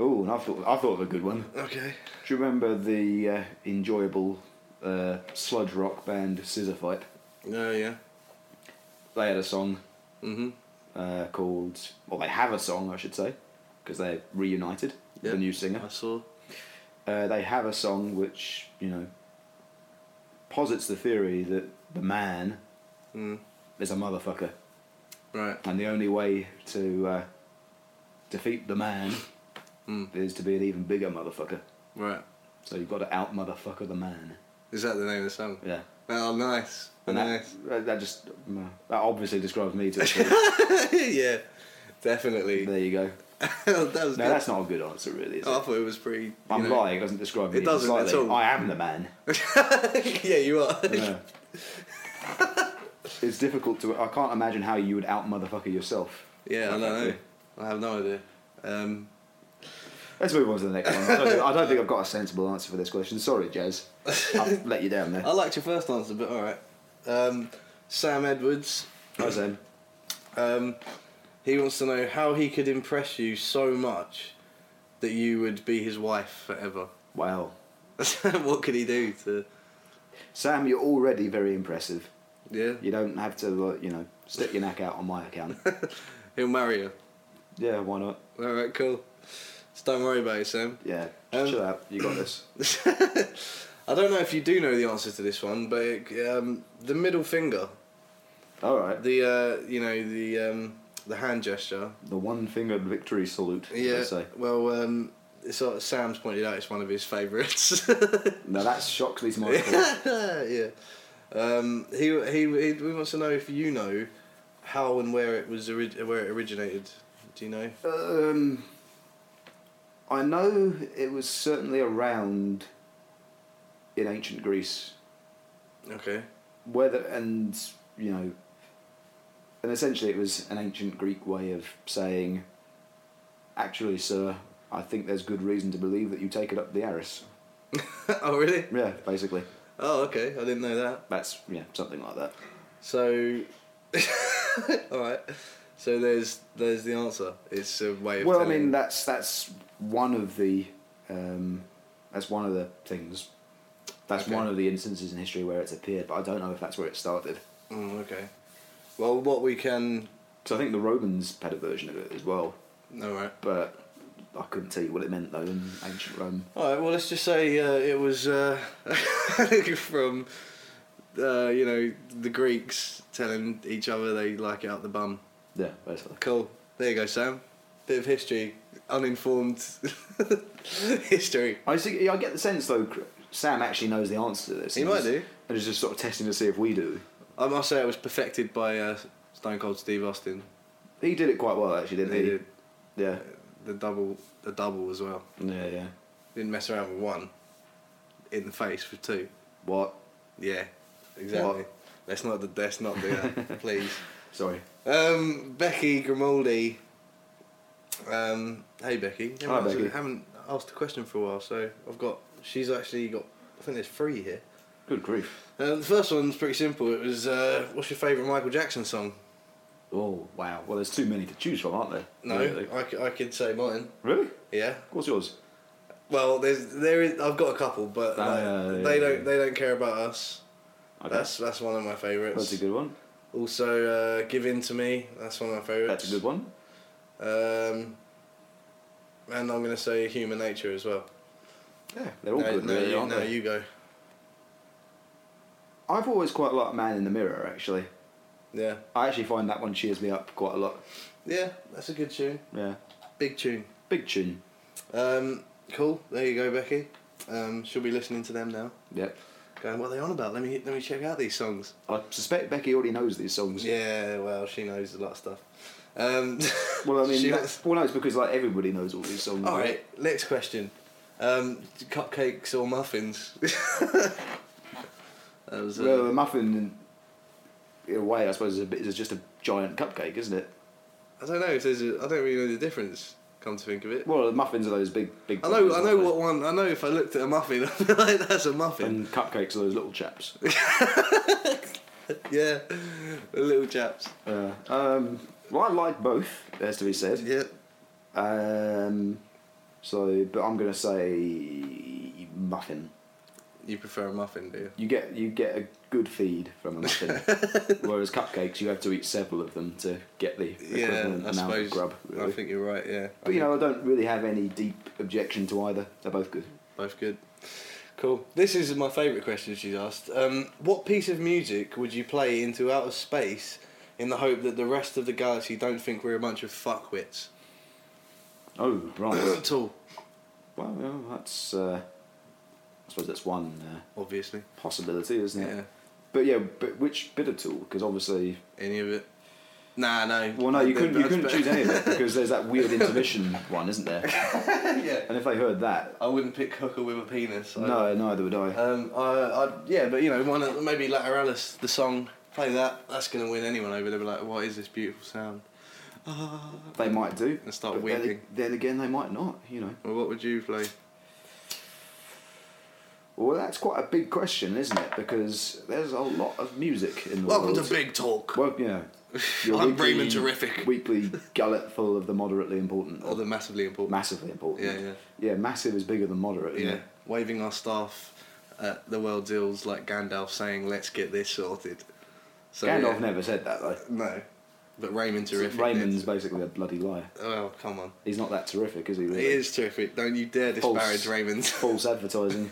Oh, and I thought I thought of a good one. Okay. Do you remember the uh, enjoyable uh, sludge rock band Scissor Fight? No, yeah. They had a song Mhm. uh, called, well, they have a song, I should say, because they're reunited. with Yeah. Uh-huh. The new singer. I saw. Uh, they have a song which you know posits the theory that the man Mm. is a motherfucker, Right. and the only way to uh, defeat the man Mm. is to be an even bigger motherfucker. Right. So you've got to out motherfucker the man. Is that the name of the song? Yeah. Oh, nice. And that, nice. that that just no, that obviously describes me to a T. yeah. Definitely. There you go. that was No, good. that's not a good answer, really. Is Oh, I it? thought it was pretty. you I'm know- lying. It doesn't describe me. It doesn't at slightly. all. I am the man. yeah, you are. Yeah. it's difficult to. I can't imagine how you would out motherfucker yourself. Yeah, I don't know. Okay. I have no idea. Um, Let's move on to the next one. I don't, think, I don't think I've got a sensible answer for this question. Sorry, Jez. I've let you down there. I liked your first answer, but all right. Um, Sam Edwards. Hi, Sam. Um, he wants to know how he could impress you so much that you would be his wife forever. Wow. what could he do to? Sam, you're already very impressive. Yeah, You don't have to, like, you know, stick your neck out on my account. he'll marry her. Yeah, why not? All right, cool. So don't worry about it, Sam. Yeah. Just Um, chill out. You got this. I don't know if you do know the answer to this one, but it, um, the middle finger, All right. the uh, you know the um, the hand gesture. The one-fingered victory salute. as they Yeah. Say. Well, um, so Sam's pointed out it's one of his favourites. Now that shocks me to my core. yeah. Um, he, he he wants to know if you know how and where it was ori- where it originated? Do you know? Um, I know it was certainly around in ancient Greece, Okay. whether and you know, and essentially it was an ancient Greek way of saying, actually, sir, I think there's good reason to believe that you take it up the Aris. oh really? Yeah, basically, Oh okay. I didn't know that. that's yeah, something like that. So, all right. So there's there's the answer. It's a way of. Well, I telling- mean, that's that's one of the um, that's one of the things. That's Okay. one of the instances in history where it's appeared, but I don't know if that's where it started. Mm, okay. Well, what we can. So I think the Romans had a version of it as well, All right. but I couldn't tell you what it meant though in ancient Rome. All right. Well, let's just say uh, it was uh, from uh, you know the Greeks telling each other they like it up the bum. Yeah, basically. Cool. There you go, Sam. Bit of history, uninformed history. I see. I get the sense though, Cr- Sam actually knows the answer to this. He and might he's- do. And he's just sort of testing to see if we do. I must say it was perfected by uh, Stone Cold Steve Austin. He did it quite well actually, didn't he? He did uh, Yeah. the double, the double as well. Yeah, yeah. Didn't mess around with one. In the face with two. What? Yeah, exactly. What? Let's not do- let's not do that, please. Sorry. Um, Becky Grimaldi. Um, hey Becky. Hi, Haven't asked- Becky. Haven't asked a question for a while, so I've got. She's actually got. I think there's three here. Good grief. Uh, the first one's pretty simple. It was, uh, what's your favourite Michael Jackson song? Oh wow. Well, there's too many to choose from, aren't there? No, Really? I, c- I could say mine. Really? Yeah. What's yours? Well, there's there is. I've got a couple, but Ah, like, yeah, they yeah, don't yeah. they don't care about us. Okay. That's that's one of my favourites. That's a good one. Also, uh, Give In To Me, that's one of my favourites. That's a good one. Um, and I'm going to say Human Nature as well. Yeah, they're all no, good, no, really, you, aren't no, they? you go. I've always quite liked Man in the Mirror. Actually, Yeah. I actually find that one cheers me up quite a lot. Yeah, that's a good tune. Yeah, Big tune. big tune. Um, cool, there you go, Becky. Um, she'll be listening to them now. Yep. Going, what are they on about? Let me let me check out these songs. I suspect Becky already knows these songs. Yeah, well, she knows a lot of stuff. Um, Well, I she Oh, mean, wants- that's, well, no, it's because like everybody knows all these songs. All right, next question. Um, cupcakes or muffins? that was. Uh, Well, um, the muffin, in a way, I suppose, is, a bit, is just a giant cupcake, isn't it? I don't know if there's. A, I don't really know the difference. Come to think of it, Well, the muffins are those big, big. I know. things, I know aren't what one. I know if I looked at a muffin, I'd be like, "That's a they? muffin." And cupcakes are those little chaps. yeah, the little chaps. Yeah. um, well, I like both. There's to be said. Yeah. Um, so, but I'm gonna say muffin. You prefer a muffin, do you? You get you get a good feed from a muffin, whereas cupcakes you have to eat several of them to get the Yeah, equivalent I amount suppose. of grub. Really. I think you're right. Yeah. I but you think know, I don't really have any deep objection to either. They're both good. both good. Cool. This is my favourite question she's asked. Um, what piece of music would you play into outer space in the hope that the rest of the galaxy don't think we're a bunch of fuckwits Oh right. at all? well, yeah, that's uh, I suppose that's one uh, Obviously. possibility, isn't it? Yeah. But yeah, but which bit of tool? Because obviously, Any of it? Nah, no. well, no, you couldn't you That's couldn't better. choose any of it because there's that weird intermission one, isn't there? yeah. And if they heard that, I wouldn't pick hooker with a penis. I- no, neither would I. Um, I, I, yeah, but you know, one of, maybe Lateralis, the song, play that. That's gonna win anyone over. They'll be like, "What is this beautiful sound?" Ah, They might do. And start but then- weeping. Then, again, they might not. You know. Well, what would you play? Well, that's quite a big question, isn't it? Because there's a lot of music in the Welcome world. to Big Talk. Well, yeah. I'm Raymond Terrific. Weekly gullet full of the moderately important. Or the massively important. massively important. Yeah, yeah. Yeah, massive is bigger than moderate. Isn't yeah, It? waving our staff at the world's ills like Gandalf, saying, "Let's get this sorted." So, Gandalf yeah. never said that though. No, but Raymond terrific. Raymond's did. basically a bloody liar. Oh come on, He's not that terrific, is he? Really? he is terrific. Don't you dare False. disparage Raymond. False advertising.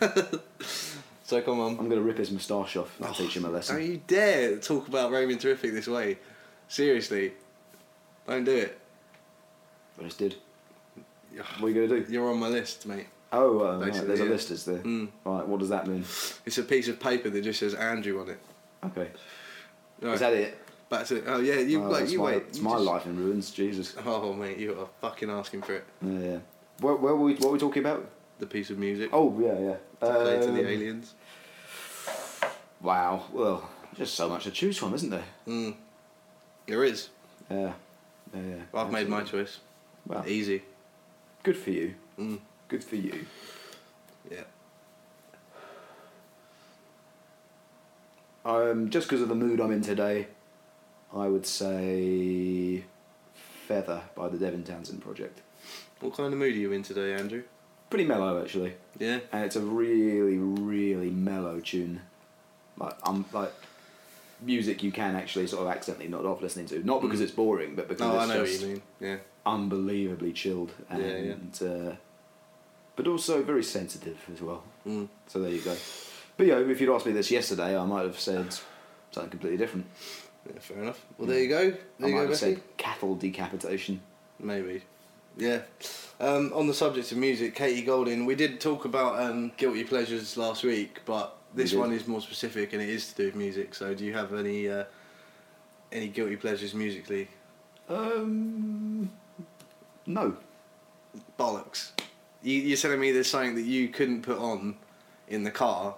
so come on. I'm going to rip his moustache off and teach him a lesson. Don't Oh, you dare talk about Raymond Terrific this way. Seriously. Don't do it. But I just did. What are you going to do? You're on my list, mate. Oh, uh, right, Basically, there's a yeah. list, is there? Mm. Right, what does that mean? It's a piece of paper that just says Andrew on it. Okay. Right. Is that it? Back to oh yeah, you Oh, like it's you my, wait. It's you my just- life in ruins. Jesus. Oh mate, you are fucking asking for it. Yeah. Where, where were we? What were we talking about? The piece of music. Oh yeah, yeah. to play to Um, the aliens. Wow. Well, just so much to choose from, isn't there? Mm. There is. Yeah. Yeah. yeah. I've made my Absolutely. Ah. choice. Well, Easy. good for you. Mm. Good for you. Yeah. Um, just because of the mood I'm in today, I would say Feather by the Devon Townsend Project. What kind of mood are you in today, Andrew? Pretty mellow actually, Yeah. and it's a really, really mellow tune. Like um, like music you can actually sort of accidentally not off listening to, not because Mm. it's boring, but because No, I it's know what just you mean. Yeah. unbelievably chilled Yeah, and Uh, but also very sensitive as well. Mm. So there you go. But yeah, if you'd asked me this yesterday, I might have said something completely different. yeah. Fair enough. Well, there you go. There I you might go, have Becky. said cattle decapitation. Maybe. Yeah. Um, on the subject of music, Katie Golding, we did talk about um, guilty pleasures last week, but We this did. one is more specific and it is to do with music. So, do you have any uh, any guilty pleasures musically? Um, no. Bollocks! You, you're telling me there's something that you couldn't put on in the car,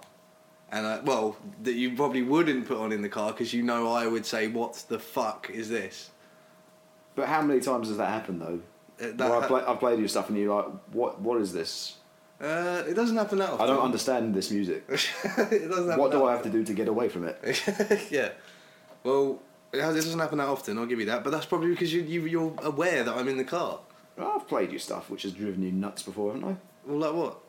and uh, well, that you probably wouldn't put on in the car because you know I would say, "What the fuck is this?" But how many times has that happened though? Uh, that- Where I play, I've played your stuff and you're like, what? What is this? uh, it doesn't happen that often. I don't understand this music. understand. it doesn't happen What that do I often. have to do to get away from it? yeah. Well, it has- it doesn't happen that often. I'll give you that, but that's probably because you, you you're aware that I'm in the car. I've played your stuff, which has driven you nuts before, haven't Well, like what?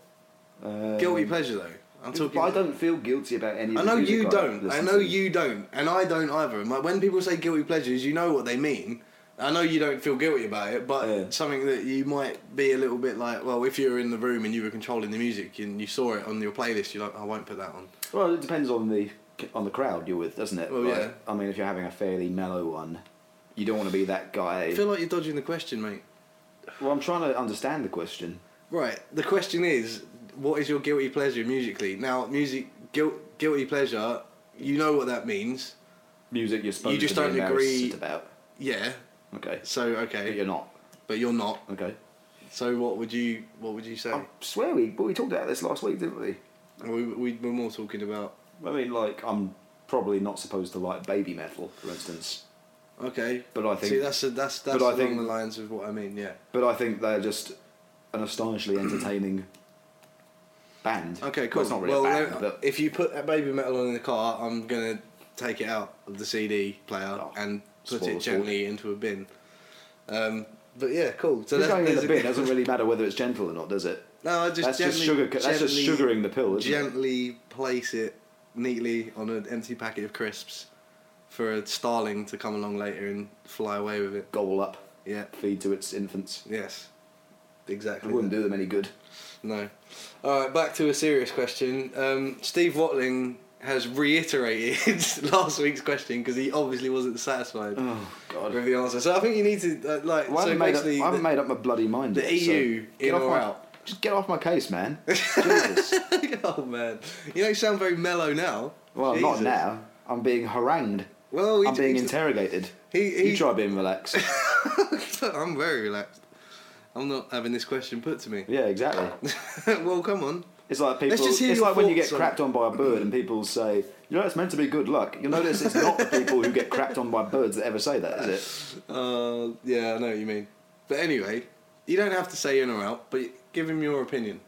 I? Um, Guilty pleasure though. I'm talking. But I don't feel guilty about any. Of I the know music you I don't. I listen know to. you don't, and I don't either. Like, when people say guilty pleasures, you know what they mean. I know you don't feel guilty about it, but Yeah. something that you might be a little bit like, well, if you were in the room and you were controlling the music and you saw it on your playlist, you're like, I won't put that on. Well, it depends on the on the crowd you're with, doesn't it? Well, Like, yeah. I mean, if you're having a fairly mellow one, you don't want to be that guy. I feel like you're dodging the question, mate. well, I'm trying to understand the question. Right. The question is, what is your guilty pleasure musically? Now, music guilt, guilty pleasure. You know what that means. Music you're supposed You just to don't be embarrassed agree- about. Yeah. Okay. So But okay, you're not. but you're not. Okay. So what would you what would you say? I swear we but we talked about this last week, didn't we? We, we we're more talking about I mean, like I'm probably not supposed to like baby metal, for instance. okay. But I think- see that's a, that's that's but I along think- the lines of what I mean. Yeah. But I think they're just an astonishingly entertaining band. Okay. Well, Cool. it's not really well, uh, a band, then, but if you put that baby metal on in the car, I'm gonna take it out of the CD player Oh, and put spoiler it gently into a bin. Um, but yeah, cool. So just that's going in the there's bin doesn't really matter whether it's gentle or not, does it? No, I just that's gently, just sugar. That's just gently- sugaring the pill, isn't it? Gently place it neatly on an empty packet of crisps for a starling to come along later and fly away with it. Gobble up, Yeah. feed to its infants. Yes. It Exactly. wouldn't do them any good. No. All right. Back to a serious question. Um, Steve Watling has reiterated last week's question because he obviously wasn't satisfied Oh with God! the answer. So I think you need to uh, like. Well, I, so haven't made up, I basically, haven't made up my bloody mind. the yet, EU, so get in off or my, out? Just get off my case, man. Jesus. oh man, you don't sound very mellow now. Well, not Jesus. now. I'm being harangued. Well, he, I'm being he- interrogated. He, he, You try being relaxed. I'm very relaxed. I'm not having this question put to me. yeah, exactly. well, come on. It's like people. Let's just hear it's your like when you get thoughts on crapped on by a bird and people say, "You know, it's meant to be good luck." You'll notice it's not the people who get crapped on by birds that ever say that, is Uh, yeah, I know what you mean. But anyway, you don't have to say in or out, but give him your opinion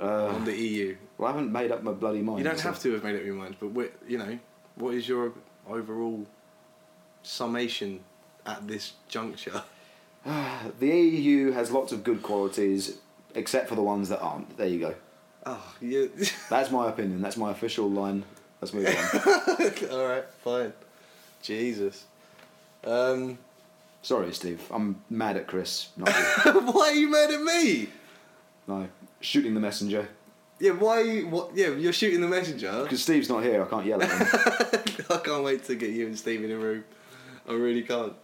it? Uh, on the E EU. well, I haven't made up my bloody mind. You don't so- have to have made up your mind, but we you know, what is your overall summation at this juncture? The EU has lots of good qualities, except for the ones that aren't. There you go. Oh, yeah. That's my opinion. That's my official line. Let's move on. All right, fine. Jesus. Um, Sorry, Steve. I'm mad at Chris. Not you. why are you mad at me? No, shooting the messenger. Yeah, why? Are you, what? Yeah, you're shooting the messenger. Because Steve's not here, I can't yell at him. I can't wait to get you and Steve in a room. I really can't.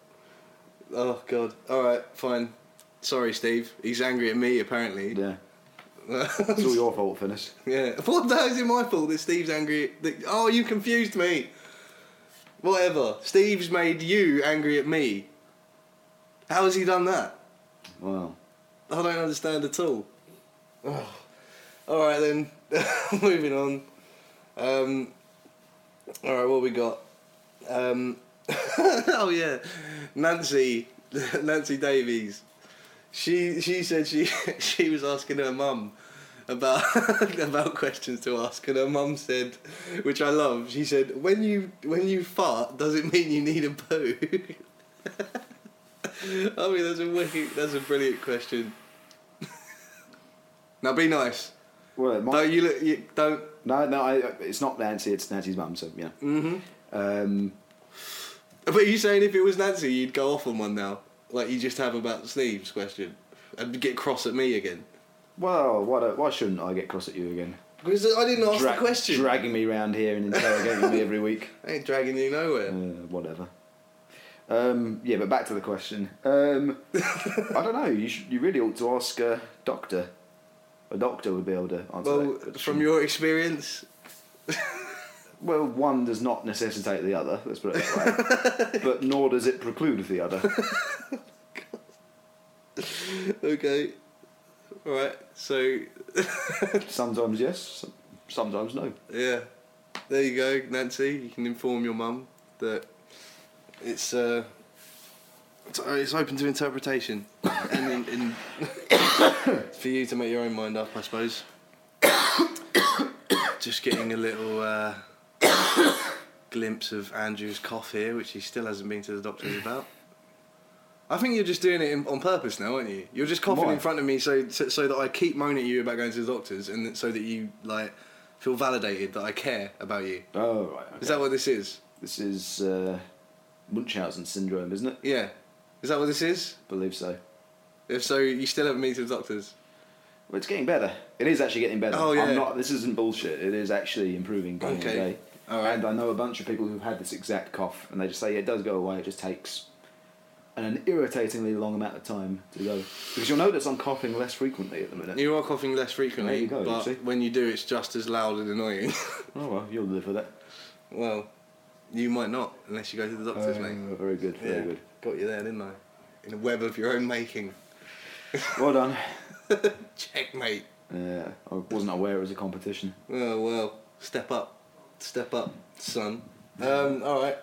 Oh god. All right, fine. Sorry, Steve. He's angry at me apparently. yeah, it's all your fault, Finnis. yeah. What the hell is it my fault that Steve's angry? That, oh, you confused me. Whatever. Steve's made you angry at me. How has he done that? Wow. I don't understand at all. Oh. All right then, moving on. Um, all right, what we got? Um, oh yeah, Nancy, Nancy Davies. She she said she she was asking her mum about about questions to ask, and her mum said, which I love. She said, "When you when you fart, does it mean you need a poo?" I mean, that's a wicked, that's a brilliant question. now be nice. Well, my, Don't you look. You, don't. no, no, I, it's not Nancy. It's Nancy's mum. So you know. Mm-hmm. Um, But are you saying if it was Nancy, you'd go off on one now, like you just have about Steve's question, and get cross at me again? well, why, don't, why shouldn't I get cross at you again? Because I didn't ask Drag- the question. Dragging me round here and interrogating me every week. I ain't dragging you Uh, nowhere. whatever. Um, yeah, but back to the question. Um, I don't know. You should, you really ought to ask a doctor. A doctor would be able to answer well, that. question. from your experience, well, one does not necessitate the other. Let's put it that way. but nor does it preclude the other. okay. All right. So Sometimes yes. some- Sometimes no. yeah, there you go, Nancy. You can inform your mum that it's uh, it's, uh, it's open to interpretation, and, in and for you to make your own mind up, I suppose. Just getting a little uh, glimpse of Andrew's cough here, which he still hasn't been to the doctor's about. I think you're just doing it in, on purpose now, aren't you? You're just coughing Why? in front of me so, so so that I keep moaning at you about going to the doctors, and that- so that you like feel validated that I care about you. Oh right. Is okay. that what this is? This is uh, Munchausen syndrome, isn't it? Yeah. Is that what this is? believe so. If so, you still haven't been to the doctors. Well, it's getting better. It is actually getting better. Oh, yeah. I'm not, this isn't bullshit. It is actually improving day Okay. by day. All right. And I know a bunch of people who've had this exact cough, and they just say it does go away. It just takes an irritatingly long amount of time to go. Because you'll notice I'm coughing less frequently at the minute. You are coughing less frequently, There you go, but see? when you do, it's just as loud and annoying. Oh well, you'll live with it. well, you might not unless you go to the doctors, Uh, mate. Very good, very Yeah. good. Got you there, didn't I? In a web of your own making. Well done. Checkmate. Yeah, I wasn't aware it was a competition. Oh well, step up, step up, son. Um, all right,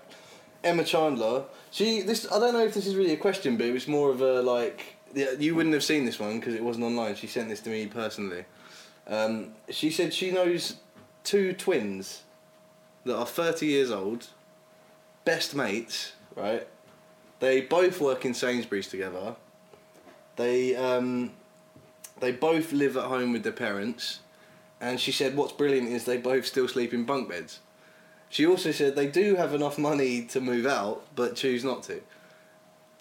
Emma Chandler. She this I don't know if this is really a question, but it was more of a like yeah, you wouldn't have seen this one because it wasn't online. She sent this to me personally. Um, she said she knows two twins that are thirty years old, best mates, right? They both work in Sainsbury's together. They um, they both live at home with their parents. And she said, what's brilliant is they both still sleep in bunk beds. She also said they do have enough money to move out, but choose not to. Um,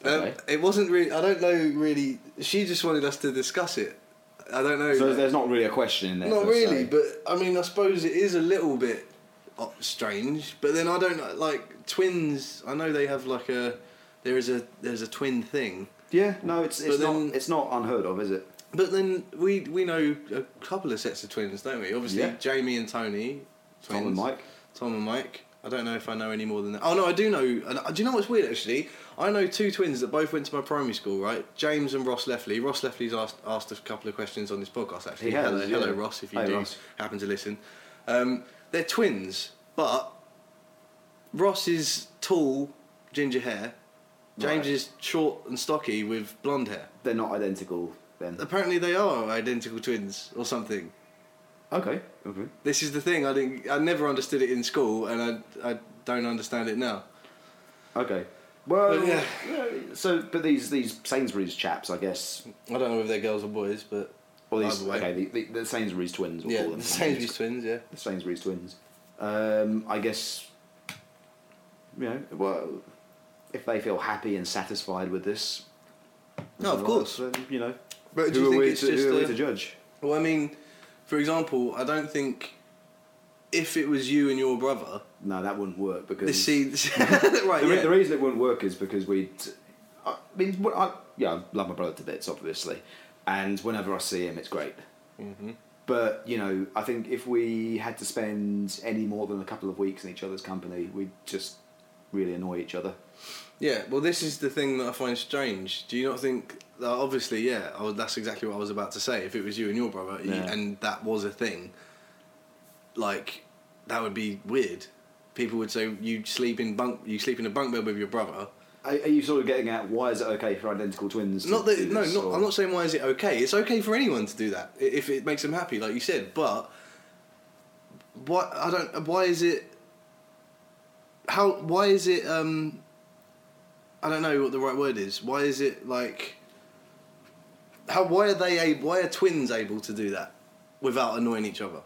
Okay. it wasn't really. I don't know. Really, she just wanted us to discuss it. I don't know. So like- there's not really a question in there. not per se. really, but I mean, I suppose it is a little bit uh, strange. But then I don't know, like twins. I know they have like a there is a there's a twin thing. Yeah, no, it's it's But then- not it's not unheard of, is it? But then we we know a couple of sets of twins, don't we? Obviously, Yeah. Jamie and Tony, twins. Tom and Mike. Tom and Mike. I don't know if I know any more than that. Oh no, I do know. And uh, do you know what's weird actually? I know two twins that both went to my primary school, right? James and Ross Leffley. Ross Leffley's asked asked a couple of questions on this podcast actually. He has, hello, hello, yeah. Ross, if you Hey, do Ross. happen to listen. Um, they're twins, but Ross is tall, ginger hair. James Right. is short and stocky with blonde hair. They're not identical then. Apparently, they are identical twins or something. Okay. Okay. This is the thing. I didn't. I never understood it in school, and I, I don't understand it now. Okay. Well, But, yeah. yeah, So, but these these Sainsbury's chaps, I guess, I don't know if they're girls or boys, but or these Either way. okay, the, the, the Sainsbury's twins, we'll yeah, call them. the Sainsbury's twins. Yeah, The Sainsbury's twins. Um, I guess. You know, well, if they feel happy and satisfied with this. No, of well, course. Then, you know. but do who you are think we it's to, just? who are we uh, to judge? well, I mean, for example, I don't think if it was you and your brother, No, that wouldn't work because this see, right? the, re- Uh, yeah. the reason it wouldn't work is because we. I mean, what I, yeah, I love my brother to bits, obviously, and whenever I see him, it's great. Mhm. But you know, I think if we had to spend any more than a couple of weeks in each other's company, we'd just really annoy each other. Yeah, well, this is the thing that I find strange. Do you not think? that obviously, yeah, I was, that's exactly what I was about to say. If it was you and your brother, you- Yeah. and that was a thing, like that would be weird. People would say you sleep in bunk, you sleep in a bunk bed with your brother. Are, are you sort of getting at why is it okay for identical twins? to Not that, do no, this, not, or- I'm not saying why is it okay. It's okay for anyone to do that i- if it makes them happy, like you said. But what I don't, why is it? How? Why is it? Um, I don't know what the right word is. Why is it like? How? Why are they? ab- Why are twins able to do that without annoying each other?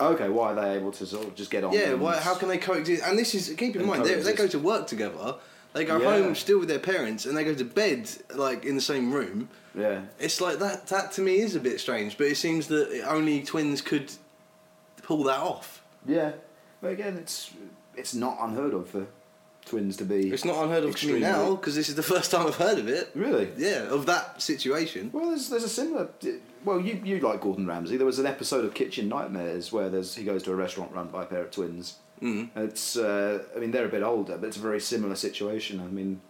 Okay, why are they able to sort of just get on? Yeah, and- why, how can they coexist? And this is keep in And mind they, they go coexist. to work together, they go Yeah. home still with their parents, and they go to bed like in the same room. Yeah. It's like that. That to me is a bit strange, but it seems that only twins could pull that off. Yeah. But again, it's it's not unheard of for twins to be. It's not unheard of Extremely. to me now because this is the first time I've heard of it. Really? Yeah, of that situation. Well, there's, there's a similar. Well, you, you like Gordon Ramsay. There was an episode of Kitchen Nightmares where there's he goes to a restaurant run by a pair of twins. Mm. It's uh, I mean they're a bit older, but it's a very similar situation. I mean,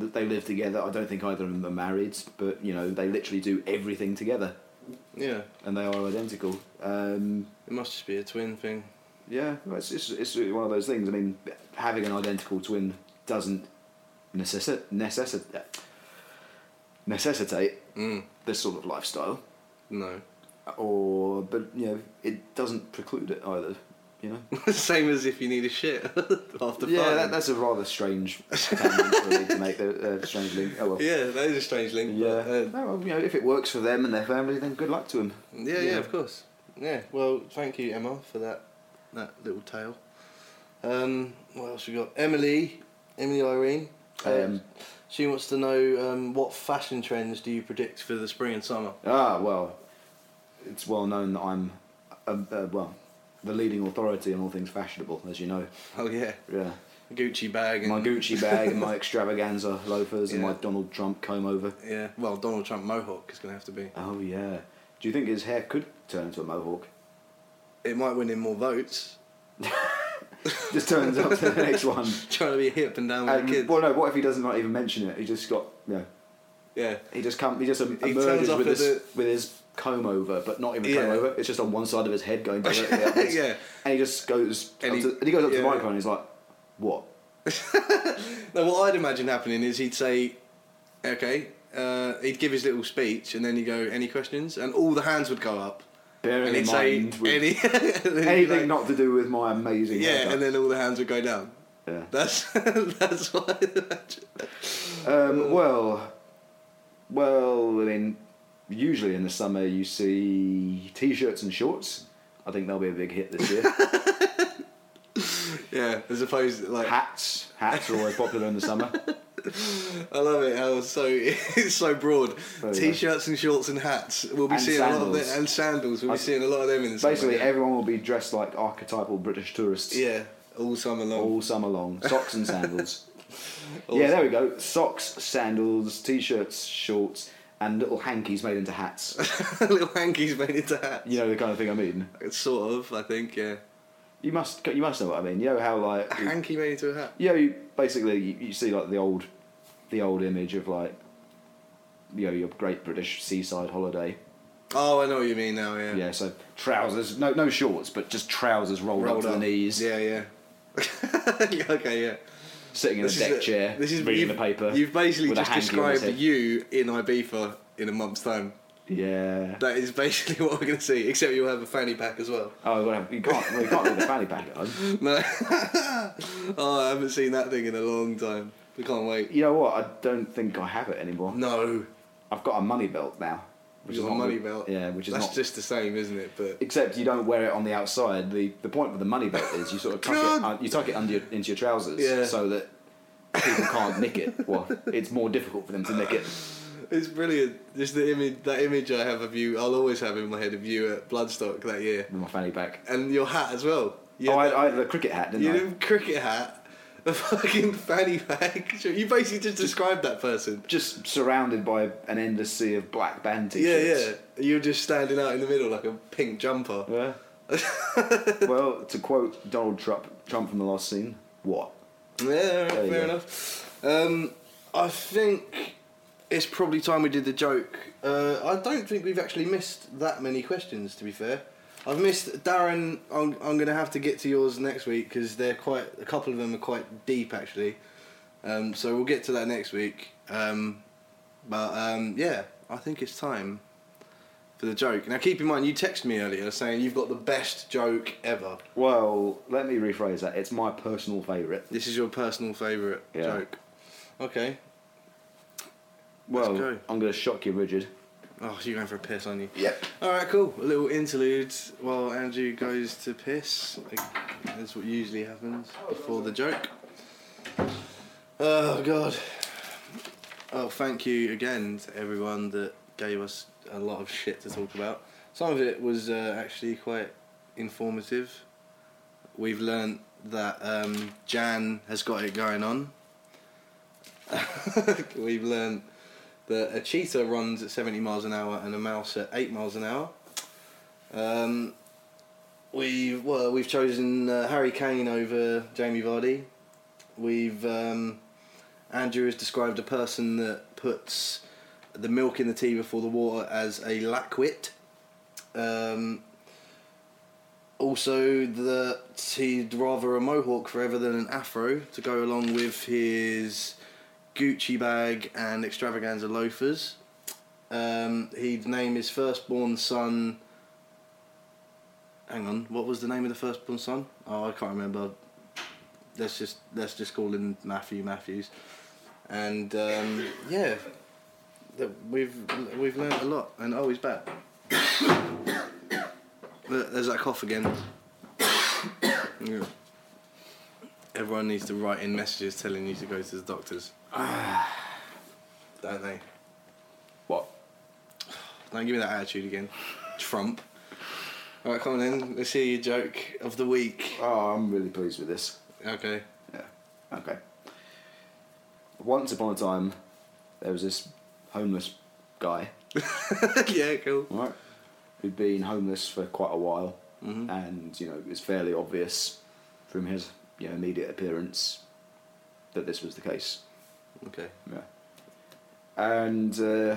th- they live together. I don't think either of them are married, but you know they literally do everything together, Yeah, and they are identical. Um, it must just be a twin thing. yeah, well, it's, it's it's one of those things. I mean, having an identical twin doesn't necessi- necessi- necessitate Mm. this sort of lifestyle No, or but you know it doesn't preclude it either you know same as if you need a shit after yeah farting. that, that's a rather strange tangent for me to make a uh, strange link oh well yeah, that is a strange link. Yeah. but, uh, No, well, you know, if it works for them and their family, then good luck to them. yeah, yeah, of course. Yeah. Well, thank you, Emma, for that that little tale. Um, what else we got? Emily, Emily Irene. Um, She wants to know um, what fashion trends do you predict for the spring and summer? ah, well, it's well known that I'm, uh, uh, well, the leading authority on all things fashionable, as you know. Oh yeah, Yeah. Gucci bag and My Gucci bag and my extravaganza loafers and my Yeah. Donald Trump comb over. yeah. Well, Donald Trump mohawk is going to have to be. Oh, yeah. Do you think his hair could turn into a mohawk? It might win him more votes. Just turns up to the next one. Trying to be hip and down with And, the kids. well, no. What if he doesn't like, even mention it? He just got you know, Yeah, he just come, he just em- He emerges turns up with at his with his comb over, but not even comb Yeah. over. It's just on one side of his head going directly upwards. Yeah. and he just goes And he- and, he, to, and he goes up to yeah. the microphone. and He's like, "What? No, what I'd imagine happening is he'd say, okay, uh, he'd give his little speech and then he'd go, any questions? And all the hands would go up. Bearing and in he'd say, mind with any, and then he'd be anything like, not to do with my amazing Yeah, haircut. and then all the hands would go down. Yeah. That's that's what I'd imagine. Um, well, well, I mean, usually in the summer you see t-shirts and shorts. I think they'll be a big hit this year. Yeah, as opposed to, like, hats, hats are always popular in the summer. I love it how it's so it's so broad. Very nice. T-shirts and shorts and hats. We'll be And seeing a lot of sandals. them, and sandals. We'll I- be seeing a lot of them in the summer, Basically, yeah. everyone will be dressed like archetypal British tourists yeah, all summer long. all summer long. Socks and sandals. All yeah, there we go. Socks, sandals, t-shirts, shorts, and little hankies made into hats. Little hankies made into hats. You know the kind of thing I mean. Sort of, I think. Yeah, You must, you must know what I mean. You know how like, a hanky made into a hat. you know, you, basically you, you see like the old, the old image of like, you know, your great British seaside holiday. Oh, I know what you mean now. Yeah, Yeah. so trousers, no, no shorts, but just trousers rolled, up to the knees, Yeah, yeah. Yeah, okay, yeah. sitting in a deck chair, This is reading the you've- paper. You've basically with a just hanky on his described head. you in Ibiza in a month's time. Yeah. That is basically what we're going to see. Except you'll have a fanny pack as well. Oh, well, you can't. Well, you can't leave the fanny pack at home. No. oh, I haven't seen that thing in a long time. I can't wait. You know what? I don't think I have it anymore. No. I've got a money belt now, Which is a not money good- belt. Yeah, which is That's not. just the same, isn't it? But Except you don't wear it on the outside. The the point with the money belt is you sort of tuck it, God. uh, you tuck it under your, into your trousers Yeah. so that people can't nick it. Well, it's more difficult for them to nick it. it's brilliant. Just the image, that image I have of you, I'll always have in my head of you at Bloodstock that year, With my fanny pack. and your hat as well. You oh, had I, I had a cricket hat, didn't You I? had a cricket hat, a fucking fanny pack. So You basically just described that person. Just surrounded by an endless sea of black band Yeah, t-shirts. yeah. You're just standing out in the middle like a pink jumper. Yeah. well, to quote Donald Trump, Trump from the last scene, what? Yeah, alright, There you fair go. enough. Um, I think it's probably time we did the joke. Uh, I don't think we've actually missed that many questions, to be fair. I've missed Darren. I'm, I'm going to have to get to yours next week because they're quite a couple of them are quite deep actually. Um, so we'll get to that next week. Um, but um, yeah, I think it's time for the joke. Now keep in mind, you texted me earlier saying you've got the best joke ever. Well, let me rephrase that. It's my personal favourite. This is your personal favourite Yeah. joke. Okay, Well, go. I'm going to shock you, Richard. Oh, so you're going for a piss, aren't you? Yep. Alright, cool. A little interlude while Andrew goes to piss. Like, That's what usually happens before the joke. Oh, God. Oh, thank you again to everyone that gave us a lot of shit to talk about. Some of it was uh, actually quite informative. We've learnt that um, Jan has got it going on. We've learnt that a cheetah runs at 70 miles an hour and a mouse at 8 miles an hour. Um, we well, we've chosen uh, Harry Kane over Jamie Vardy. We've um, Andrew has described a person that puts the milk in the tea before the water as a lackwit. Um, also, that he'd rather a mohawk forever than an afro to go along with his Gucci bag and extravaganza loafers. Um, he'd name his firstborn son. Hang on, what was the name of the firstborn son? Oh, I can't remember. Let's just let's just call him Matthew Matthews, and um, yeah, that- we've we've learned a lot. And oh, he's back. Look, There's that cough again. Yeah. Everyone needs to write in messages telling you to go to the doctors. Don't they? What? Don't give me that attitude again. Trump. Alright, come on in. Let's hear your joke of the week. Oh, I'm really pleased with this. Okay. Yeah. Okay. Once upon a time, there was this homeless guy, yeah, cool. right, who'd been homeless for quite a while, Mhm. and you know it was fairly obvious from his you know, immediate appearance that this was the case. Okay. Yeah. And uh,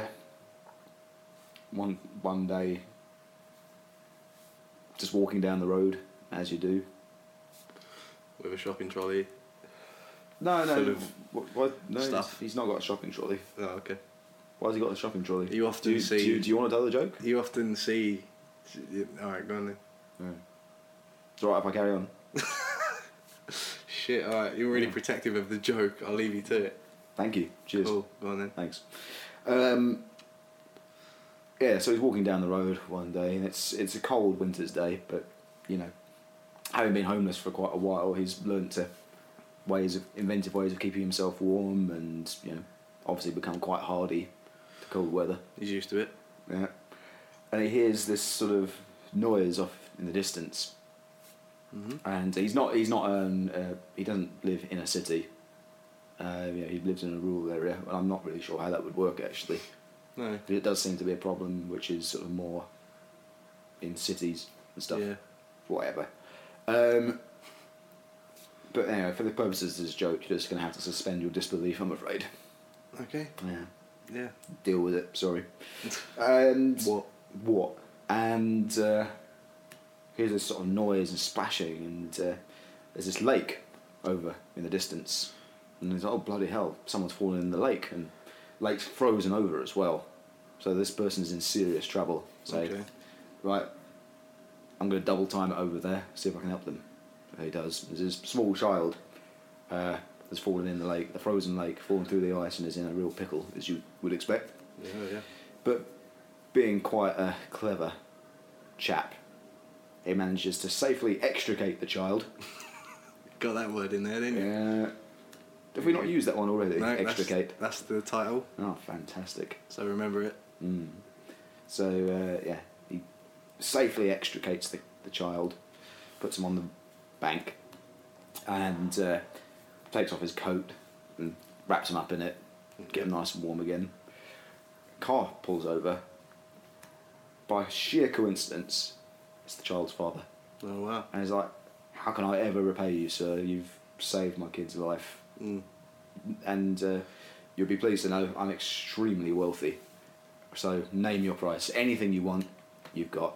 one one day, just walking down the road as you do. With a shopping trolley. No, no, Full of what, what, no. he's- stuff. He's, not got a shopping trolley. Oh, okay. Why's he got a shopping trolley? You often do you, see- Do you, do you want another joke? You often see. Alright, go on then. It's all right if I carry on. Shit, alright. You're really Yeah. protective of the joke. I'll leave you to it. Thank you. Cheers. Cool. Go on then. Thanks. Um, yeah, so he's walking down the road one day, and it's it's a cold winter's day, but you know, having been homeless for quite a while, he's learnt to ways of inventive ways of keeping himself warm, and you know, obviously become quite hardy to cold weather. He's used to it. Yeah, and he hears this sort of noise off in the distance, hmm and he's not he's not um, uh, he doesn't live in a city. Uh, you know, he lives in a rural area, and I'm not really sure how that would work actually. No. But it does seem to be a problem which is sort of more in cities and stuff. Yeah. Whatever. Um, but anyway, for the purposes of this joke, you're just going to have to suspend your disbelief, I'm afraid. Okay. Yeah. Yeah. Deal with it, sorry. Um, And What? What? And uh, here's this sort of noise and splashing, and uh, there's this lake over in the distance. And it's like, oh, bloody hell, someone's fallen in the lake, and lake's frozen over as well. So this person's in serious trouble. So, Okay. right, I'm going to double time it over there, see if I can help them. And he does. There's this small child uh, that's fallen in the lake, the frozen lake, fallen through the ice, and is in a real pickle, as you would expect Yeah, yeah. but being quite a clever chap, he manages to safely extricate the child. Got that word in there, didn't you? Uh, have we not used that one already? No, that's- extricate. That's, the title, Oh, fantastic. so remember it. Mm. So uh, yeah, he safely extricates the, the child, puts him on the bank, and uh, takes off his coat and wraps him up in it, get him nice and warm again. Car pulls over. By sheer coincidence, it's the child's father, Oh wow. and he's like, "How can I ever repay you, sir? You've saved my kid's life. Mm. And uh, you'll be pleased to know I'm extremely wealthy. So name your price. Anything you want, you've got.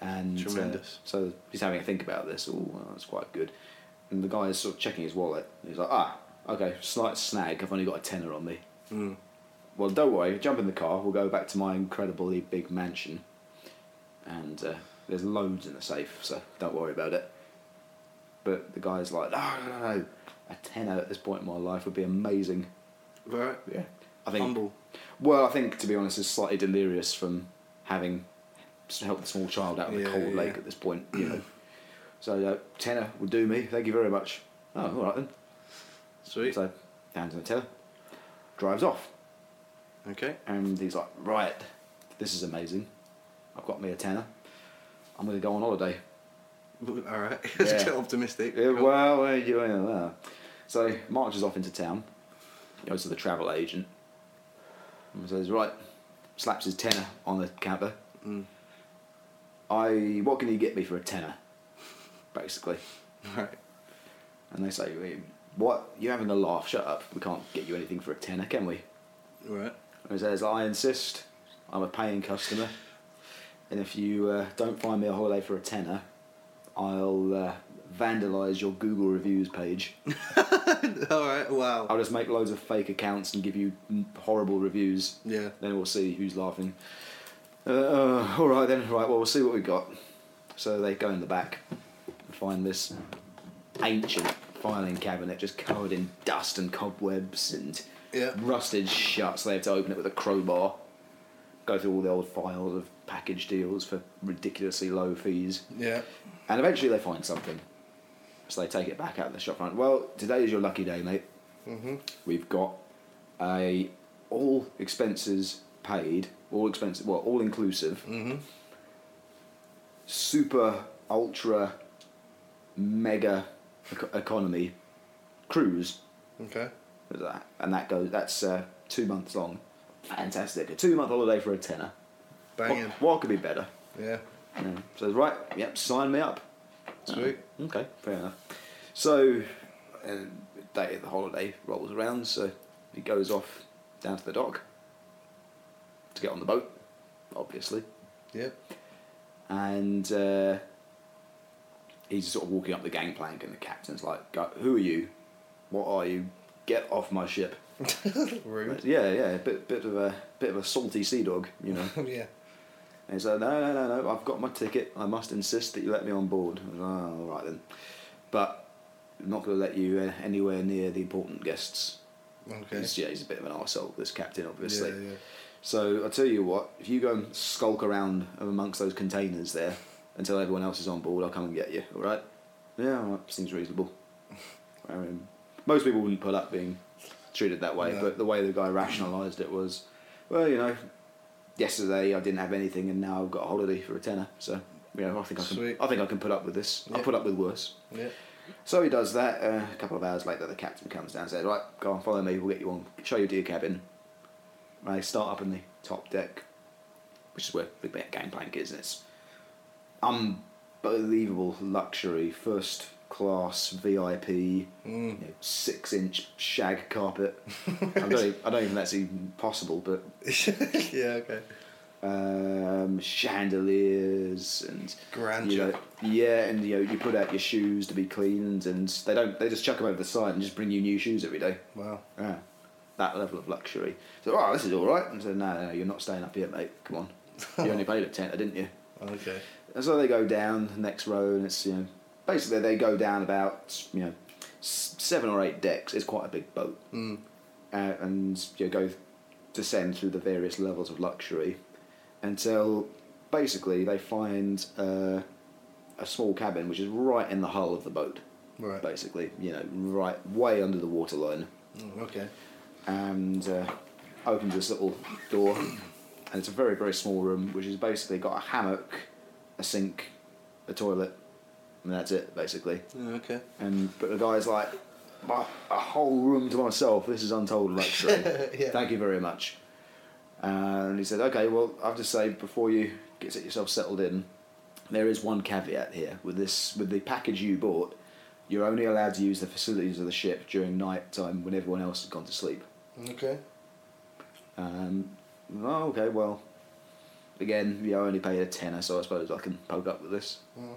And uh, Tremendous. so he's having a think about this. Oh, well, that's quite good. And the guy is sort of checking his wallet. He's like, ah, okay, slight snag. I've only got a tenner on me. Mm. Well, don't worry. Jump in the car. We'll go back to my incredibly big mansion, and uh, there's loads in the safe, so don't worry about it. But the guy's like, no, no, no, no. A tenner at this point in my life would be amazing. Right. Yeah, I think. Humble. Well, I think to be honest, is slightly delirious from having s- helped a small child out of the Yeah, cold yeah. lake at this point. You know, so uh, tenner will do me. Thank you very much. Oh, all right then. Sweet. So, hands on the tenner, drives off. Okay. And he's like, right, this is amazing. I've got me a tenner. I'm going to go on holiday. All right. It's Yeah. a bit optimistic. Yeah, Cool. well, uh, you know, uh. so marches off into town, goes to the travel agent, and says, right, slaps his tenner on the counter. Mm. I, what can you get me for a tenner? Basically. Right. And they say, what? You're having a laugh, shut up. We can't get you anything for a tenner, can we? Right. And he says, I insist, I'm a paying customer, and if you uh, don't find me a holiday for a tenner, I'll uh, vandalise your Google reviews page. All right. Wow. I'll just make loads of fake accounts and give you n- horrible reviews. Yeah. Then we'll see who's laughing. Uh, uh, all right then, right, well, we'll see what we've got. So they go in the back and find this ancient filing cabinet just covered in dust and cobwebs and Yeah. rusted shut, so they have to open it with a crowbar. Go through all the old files of package deals for ridiculously low fees. Yeah. And eventually they find something. So they take it back out of the shop front. Well, today is your lucky day, mate. Mm-hmm. We've got a all expenses paid, all expenses, well, all inclusive, Mm-hmm. super ultra mega eco- economy cruise. Okay. There's that. And that goes. That's uh, two months long. Fantastic. A two month holiday for a tenner. Banging. What, what could be better? Yeah. Yeah. So right. Yep. Sign me up. Mm, Sweet. Okay, fair enough. So, and the day of the holiday rolls around, so he goes off down to the dock to get on the boat, obviously, Yep. and uh, he's sort of walking up the gangplank, and the captain's like, "Go- "Who are you? What are you? Get off my ship!" Rude. Yeah, yeah, bit bit of a bit of a salty sea dog, you know. yeah. And he's like, no, no, no, no, I've got my ticket. I must insist that you let me on board. I was like, oh, all right then. But I'm not going to let you uh, anywhere near the important guests. Okay. He's, yeah, he's a bit of an arsehole, this captain, Yeah, obviously. yeah. So I tell you what, if you go and skulk around amongst those containers there until everyone else is on board, I'll come and get you, all right? Yeah, all right, seems reasonable. I mean, most people wouldn't put up being treated that way, No. but the way the guy rationalised it was, well, you know, yesterday I didn't have anything and now I've got a holiday for a tenner, so you know, I think I can, Sweet. I think I can put up with this. I'll Yeah. put up with worse. Yeah. So he does that. Uh, a couple of hours later, the captain comes down and says, Right, go on, follow me. We'll get you on, show you to your cabin. And they start up in the top deck, which is where the bit gangplank is. And it's unbelievable luxury, first class VIP, you Mm. know, six inch shag carpet. I, don't, e- I don't even think that's even possible, but yeah. Okay. um, chandeliers and Grandeur. you know, yeah, and you know you put out your shoes to be cleaned, and they don't. They just chuck them over the side and just bring you new shoes every day. Wow. Yeah, that level of luxury. So, oh, this is all right. And so, no, no, you're not staying up here, mate. Come on, you only paid a tenner, didn't you? Okay. And so they go down the next row, and it's you know basically they go down about you know s- seven or eight decks. It's quite a big boat, Mm. uh, and you know, go descend through the various levels of luxury until basically they find uh, a small cabin which is right in the hull of the boat. Right. Basically, you know, right way under the waterline Mm, okay. and uh, opens this little door, and it's a very very small room, which has basically got a hammock, a sink, a toilet, and that's it basically. Yeah, Mm, Okay. And but the guy's like, "My- a whole room to myself. This is untold luxury. Yeah. Thank you very much. And he said, okay, well I have to say before you get yourself settled in, there is one caveat here with this with the package you bought. You're only allowed to use the facilities of the ship during night time when everyone else has gone to sleep. Okay. Um, oh, okay, well, again, yeah, I only paid a tenner, so I suppose I can poke up with this. Mm.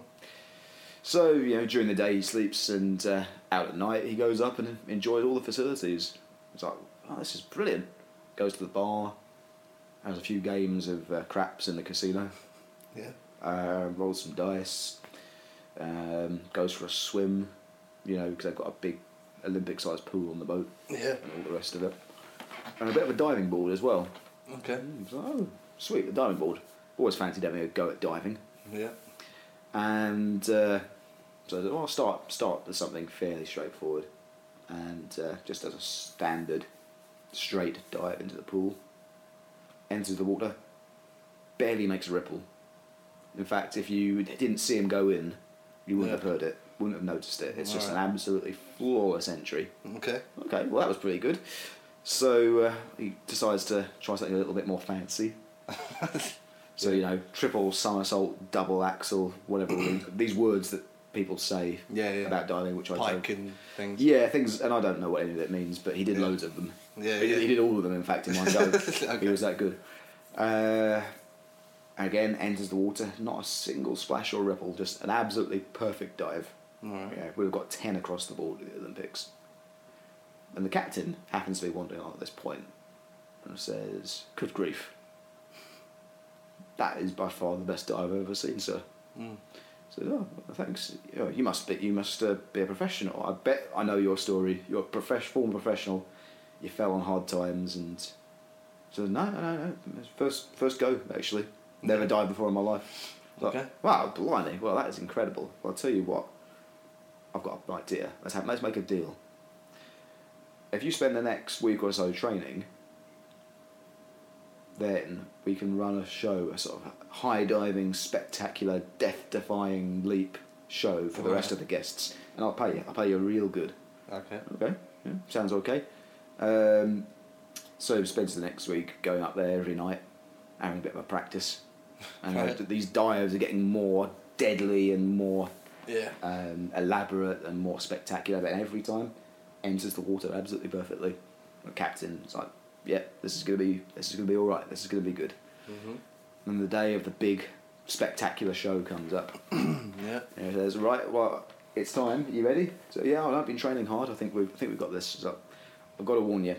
So, you know, during the day he sleeps, and uh, out at night he goes up and enjoys all the facilities. It's like, oh, this is brilliant. Goes to the bar, has a few games of uh, craps in the casino, Yeah. uh, rolls some dice, um, goes for a swim, you know, because they've got a big Olympic sized pool on the boat Yeah. and all the rest of it. And a bit of a diving board as well. Okay. Mm, so, oh, sweet, the diving board. Always fancied having a go at diving. Yeah. And uh, so I said, well, I'll start, start with something fairly straightforward. And uh, just as a standard straight dive into the pool, enters the water, barely makes a ripple. In fact, if you didn't see him go in, you wouldn't Yeah. have heard it, wouldn't have noticed it. It's just Alright. an absolutely flawless entry. Okay. Okay, well, that was pretty good. So uh, he decides to try something a little bit more fancy. so, you know, triple somersault, double axle, whatever. these words that people say Yeah, yeah. about diving, which I Pike don't. and things. Yeah, things, and I don't know what any of it means, but he did Yeah. loads of them. Yeah, he, yeah. he did all of them, in fact, in one go. Okay. He was that good. Uh, again, enters the water, not a single splash or ripple, just an absolutely perfect dive. Alright. Yeah, we've got 10 across the board at the Olympics. And the captain happens to be wandering on at this point and says, Good grief. That is by far the best dive I've ever seen, sir. Mm. So, oh, thanks. Yeah, you must be, you must uh, be a professional. I bet I know your story. You're a profesh- former professional. You fell on hard times, and so no, no, no, no. First, first go actually. Never dived before in my life. Like, Okay. Wow, blimey. Well, that is incredible. Well, I'll tell you what. I've got an idea. Let's have, let's make a deal. If you spend the next week or so training, then we can run a show, a sort of high diving, spectacular, death defying leap show for the rest of the guests, and I'll pay you. I'll pay you real good. Okay. Okay, yeah, sounds okay. Um, so spends the next week going up there every night, having a bit of a practice, and Right. hope that these dives are getting more deadly and more Yeah. um, elaborate and more spectacular. But every time, enters the water absolutely perfectly. The captain's like, "Yep, this is gonna be this is gonna be all right. This is gonna be good." Mm-hmm. And the day of the big spectacular show comes up. Yeah. And he says, "Right, well, it's time. You ready?" So yeah, well, I've been training hard. I think we've I think we've got this. So I've got to warn you.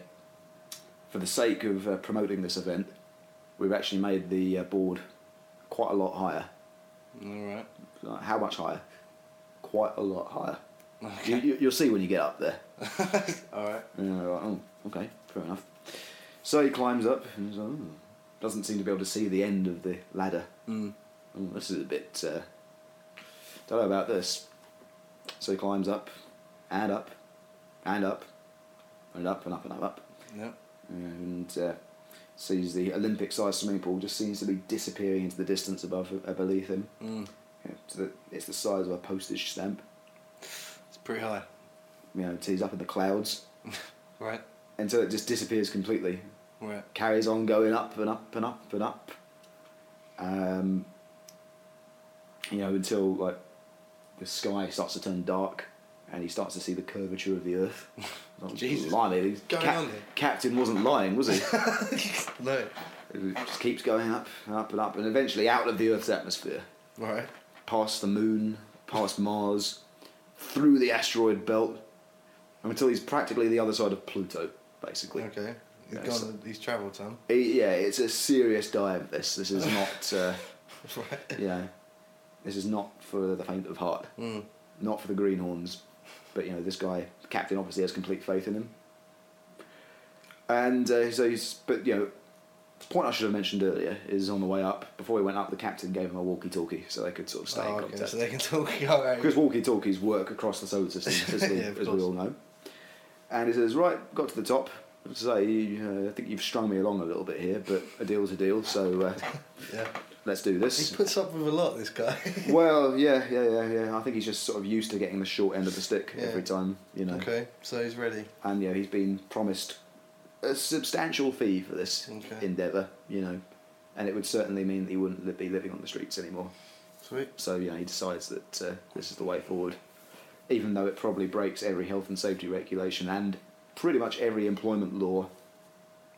For the sake of uh, promoting this event, we've actually made the uh, board quite a lot higher. Alright. Like, How much higher? Quite a lot higher. You, Okay. you, you'll see when you get up there. Alright. And they're like, oh, okay, fair enough. So he climbs up and he's like, "Oh." doesn't seem to be able to see the end of the ladder. Mm. Oh, this is a bit. Uh, don't know about this. So he climbs up, and up, and up, and up, and up, and up, up, Yeah. and uh, sees the Olympic-sized swimming pool just seems to be disappearing into the distance above uh, beneath him. Mm. Yeah, so that it's the size of a postage stamp. It's pretty high. You know, till he's up in the clouds Right. until it just disappears completely. Right. carries on going up and up and up and up. Um, you know, until like the sky starts to turn dark and he starts to see the curvature of the earth. Oh, Jesus. blimey, the Going on here. Captain wasn't lying, was he? No. it just keeps going up and up and up, and eventually out of the Earth's atmosphere, Right. past the moon, past Mars, through the asteroid belt, until he's practically the other side of Pluto, basically. Okay. He's Yeah, so- gone. He's travelled some. It- yeah, it's a serious dive. This this is not uh, Right. you know, this is not for the faint of heart, Mm. not for the greenhorns. But you know, this guy, captain, obviously has complete faith in him. And uh, so he's, but you know, the point I should have mentioned earlier is on the way up. Before he went up, the captain gave him a walkie-talkie so they could sort of stay Oh, in okay. contact. So they can talk. All right. Because walkie-talkies work across the solar system, as, we, Yeah, of as we course. all know. And he says, right, got to the top. So uh, I think you've strung me along a little bit here, but a deal's a deal. So uh, Yeah. let's do this. He puts up with a lot. This guy. Well, yeah, yeah, yeah, yeah. I think he's just sort of used to getting the short end of the stick Yeah. every time, you know. okay. So he's ready. And yeah, he's been promised a substantial fee for this Okay. endeavour, you know, and it would certainly mean that he wouldn't li- be living on the streets anymore. Sweet. So yeah, he decides that uh, this is the way forward. even though it probably breaks every health and safety regulation and pretty much every employment law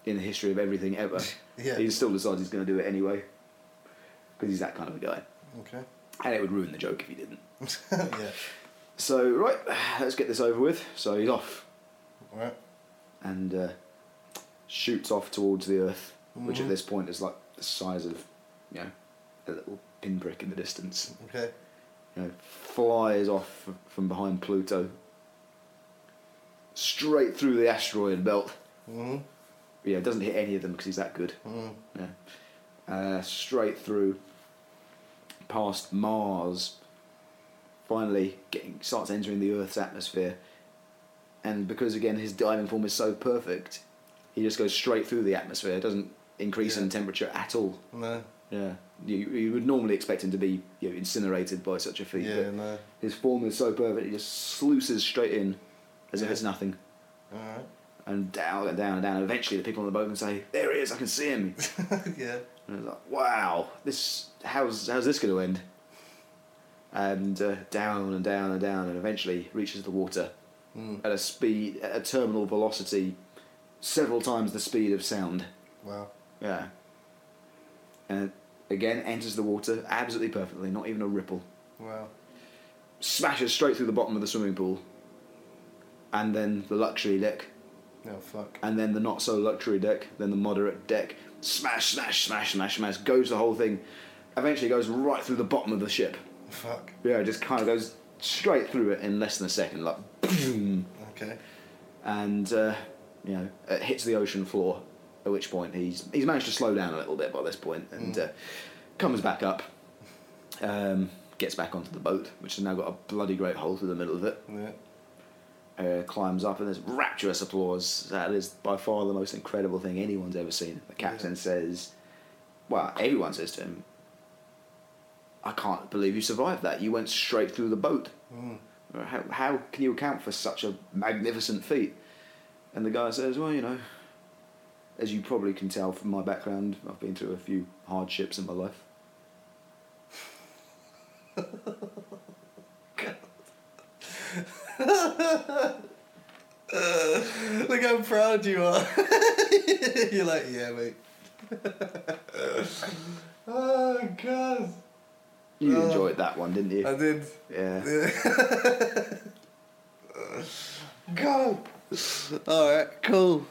in the history of everything ever. Yeah. He still decides he's going to do it anyway because he's that kind of a guy, Okay. and it would ruin the joke if he didn't. yeah. So right, let's get this over with. So he's off All right. and uh, shoots off towards the Earth, which Mhm. at this point is like the size of, you know, a little pinprick in the distance. Okay. You know, flies off from behind Pluto, straight through the asteroid belt. Mhm. Yeah, doesn't hit any of them because he's that good. Mhm. Yeah. Uh, straight through, past Mars, finally getting starts entering the Earth's atmosphere, and because again his diving form is so perfect, he just goes straight through the atmosphere. Doesn't increase in Yeah. temperature at all. No. Yeah, you, you would normally expect him to be you know, incinerated by such a feat. Yeah. but No. His form is so perfect, he just sluices straight in, as if Yeah. it's nothing. All right. And down and down and down. And eventually, the people on the boat can say, "There he is! I can see him." yeah. And I was like, wow, this how's how's this going to end? And uh, down and down and down, and eventually reaches the water Mm. at a speed, at a terminal velocity, several times the speed of sound. Wow. Yeah. And again, enters the water absolutely perfectly, not even a ripple. Wow. Smashes straight through the bottom of the swimming pool. And then the luxury deck, No fuck. and then the not so luxury deck, then the moderate deck. Smash, smash, smash, smash, smash. Goes the whole thing. Eventually goes right through the bottom of the ship. Fuck. Yeah, it just kind of goes straight through it in less than a second, like boom, Okay. and uh, you know it hits the ocean floor. At which point he's he's managed to slow down a little bit by this point and uh, comes back up, um, gets back onto the boat, which has now got a bloody great hole through the middle of it. Yeah. Uh, climbs up and there's rapturous applause. That is by far the most incredible thing anyone's ever seen. The captain says, "Well, everyone says to him." I can't believe you survived that. You went straight through the boat. Mm. How, how can you account for such a magnificent feat? And the guy says, Well, you know, as you probably can tell from my background, I've been through a few hardships in my life. Look how Uh, proud you are. You're like, yeah, mate. oh god. You Oh. enjoyed that one, didn't I you? did. Yeah. god. All right. Cool.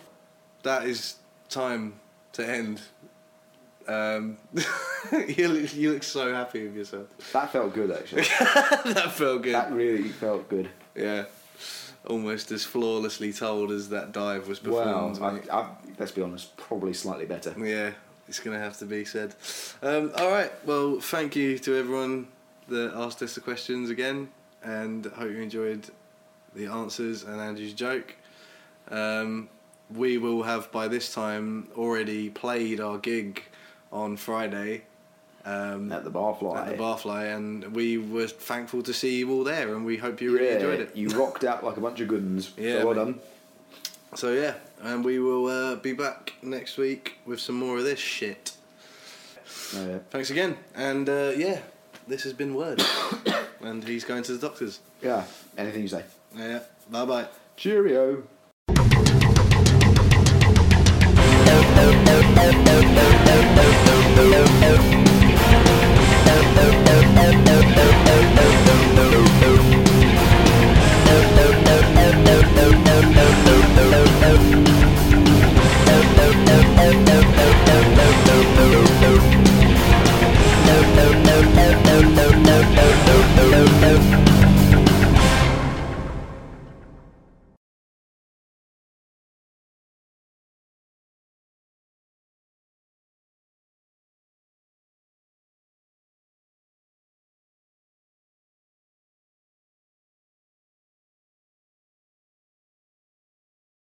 That is time to end. Um, you look, you look so happy with yourself. That felt good, actually. that felt good. that really felt good. Yeah. Almost as flawlessly told as that dive was Well, performed. I, mate. I, let's be honest, probably slightly better. Yeah, it's going to have to be said. Um, all right, well, thank you to everyone that asked us the questions again, and hope you enjoyed the answers and Andrew's joke. Um, we will have by this time already played our gig on Friday. Um, At the bar fly. at the Barfly, and we were thankful to see you all there, and we hope you really Yeah, enjoyed it. You rocked out like a bunch of good uns. Yeah, so well mate. done. So yeah, and we will uh, be back next week with some more of this shit. No, yeah. Thanks again. And uh, yeah, this has been Word. and he's going to the doctors. yeah, anything you say. Yeah. Bye bye. Cheerio.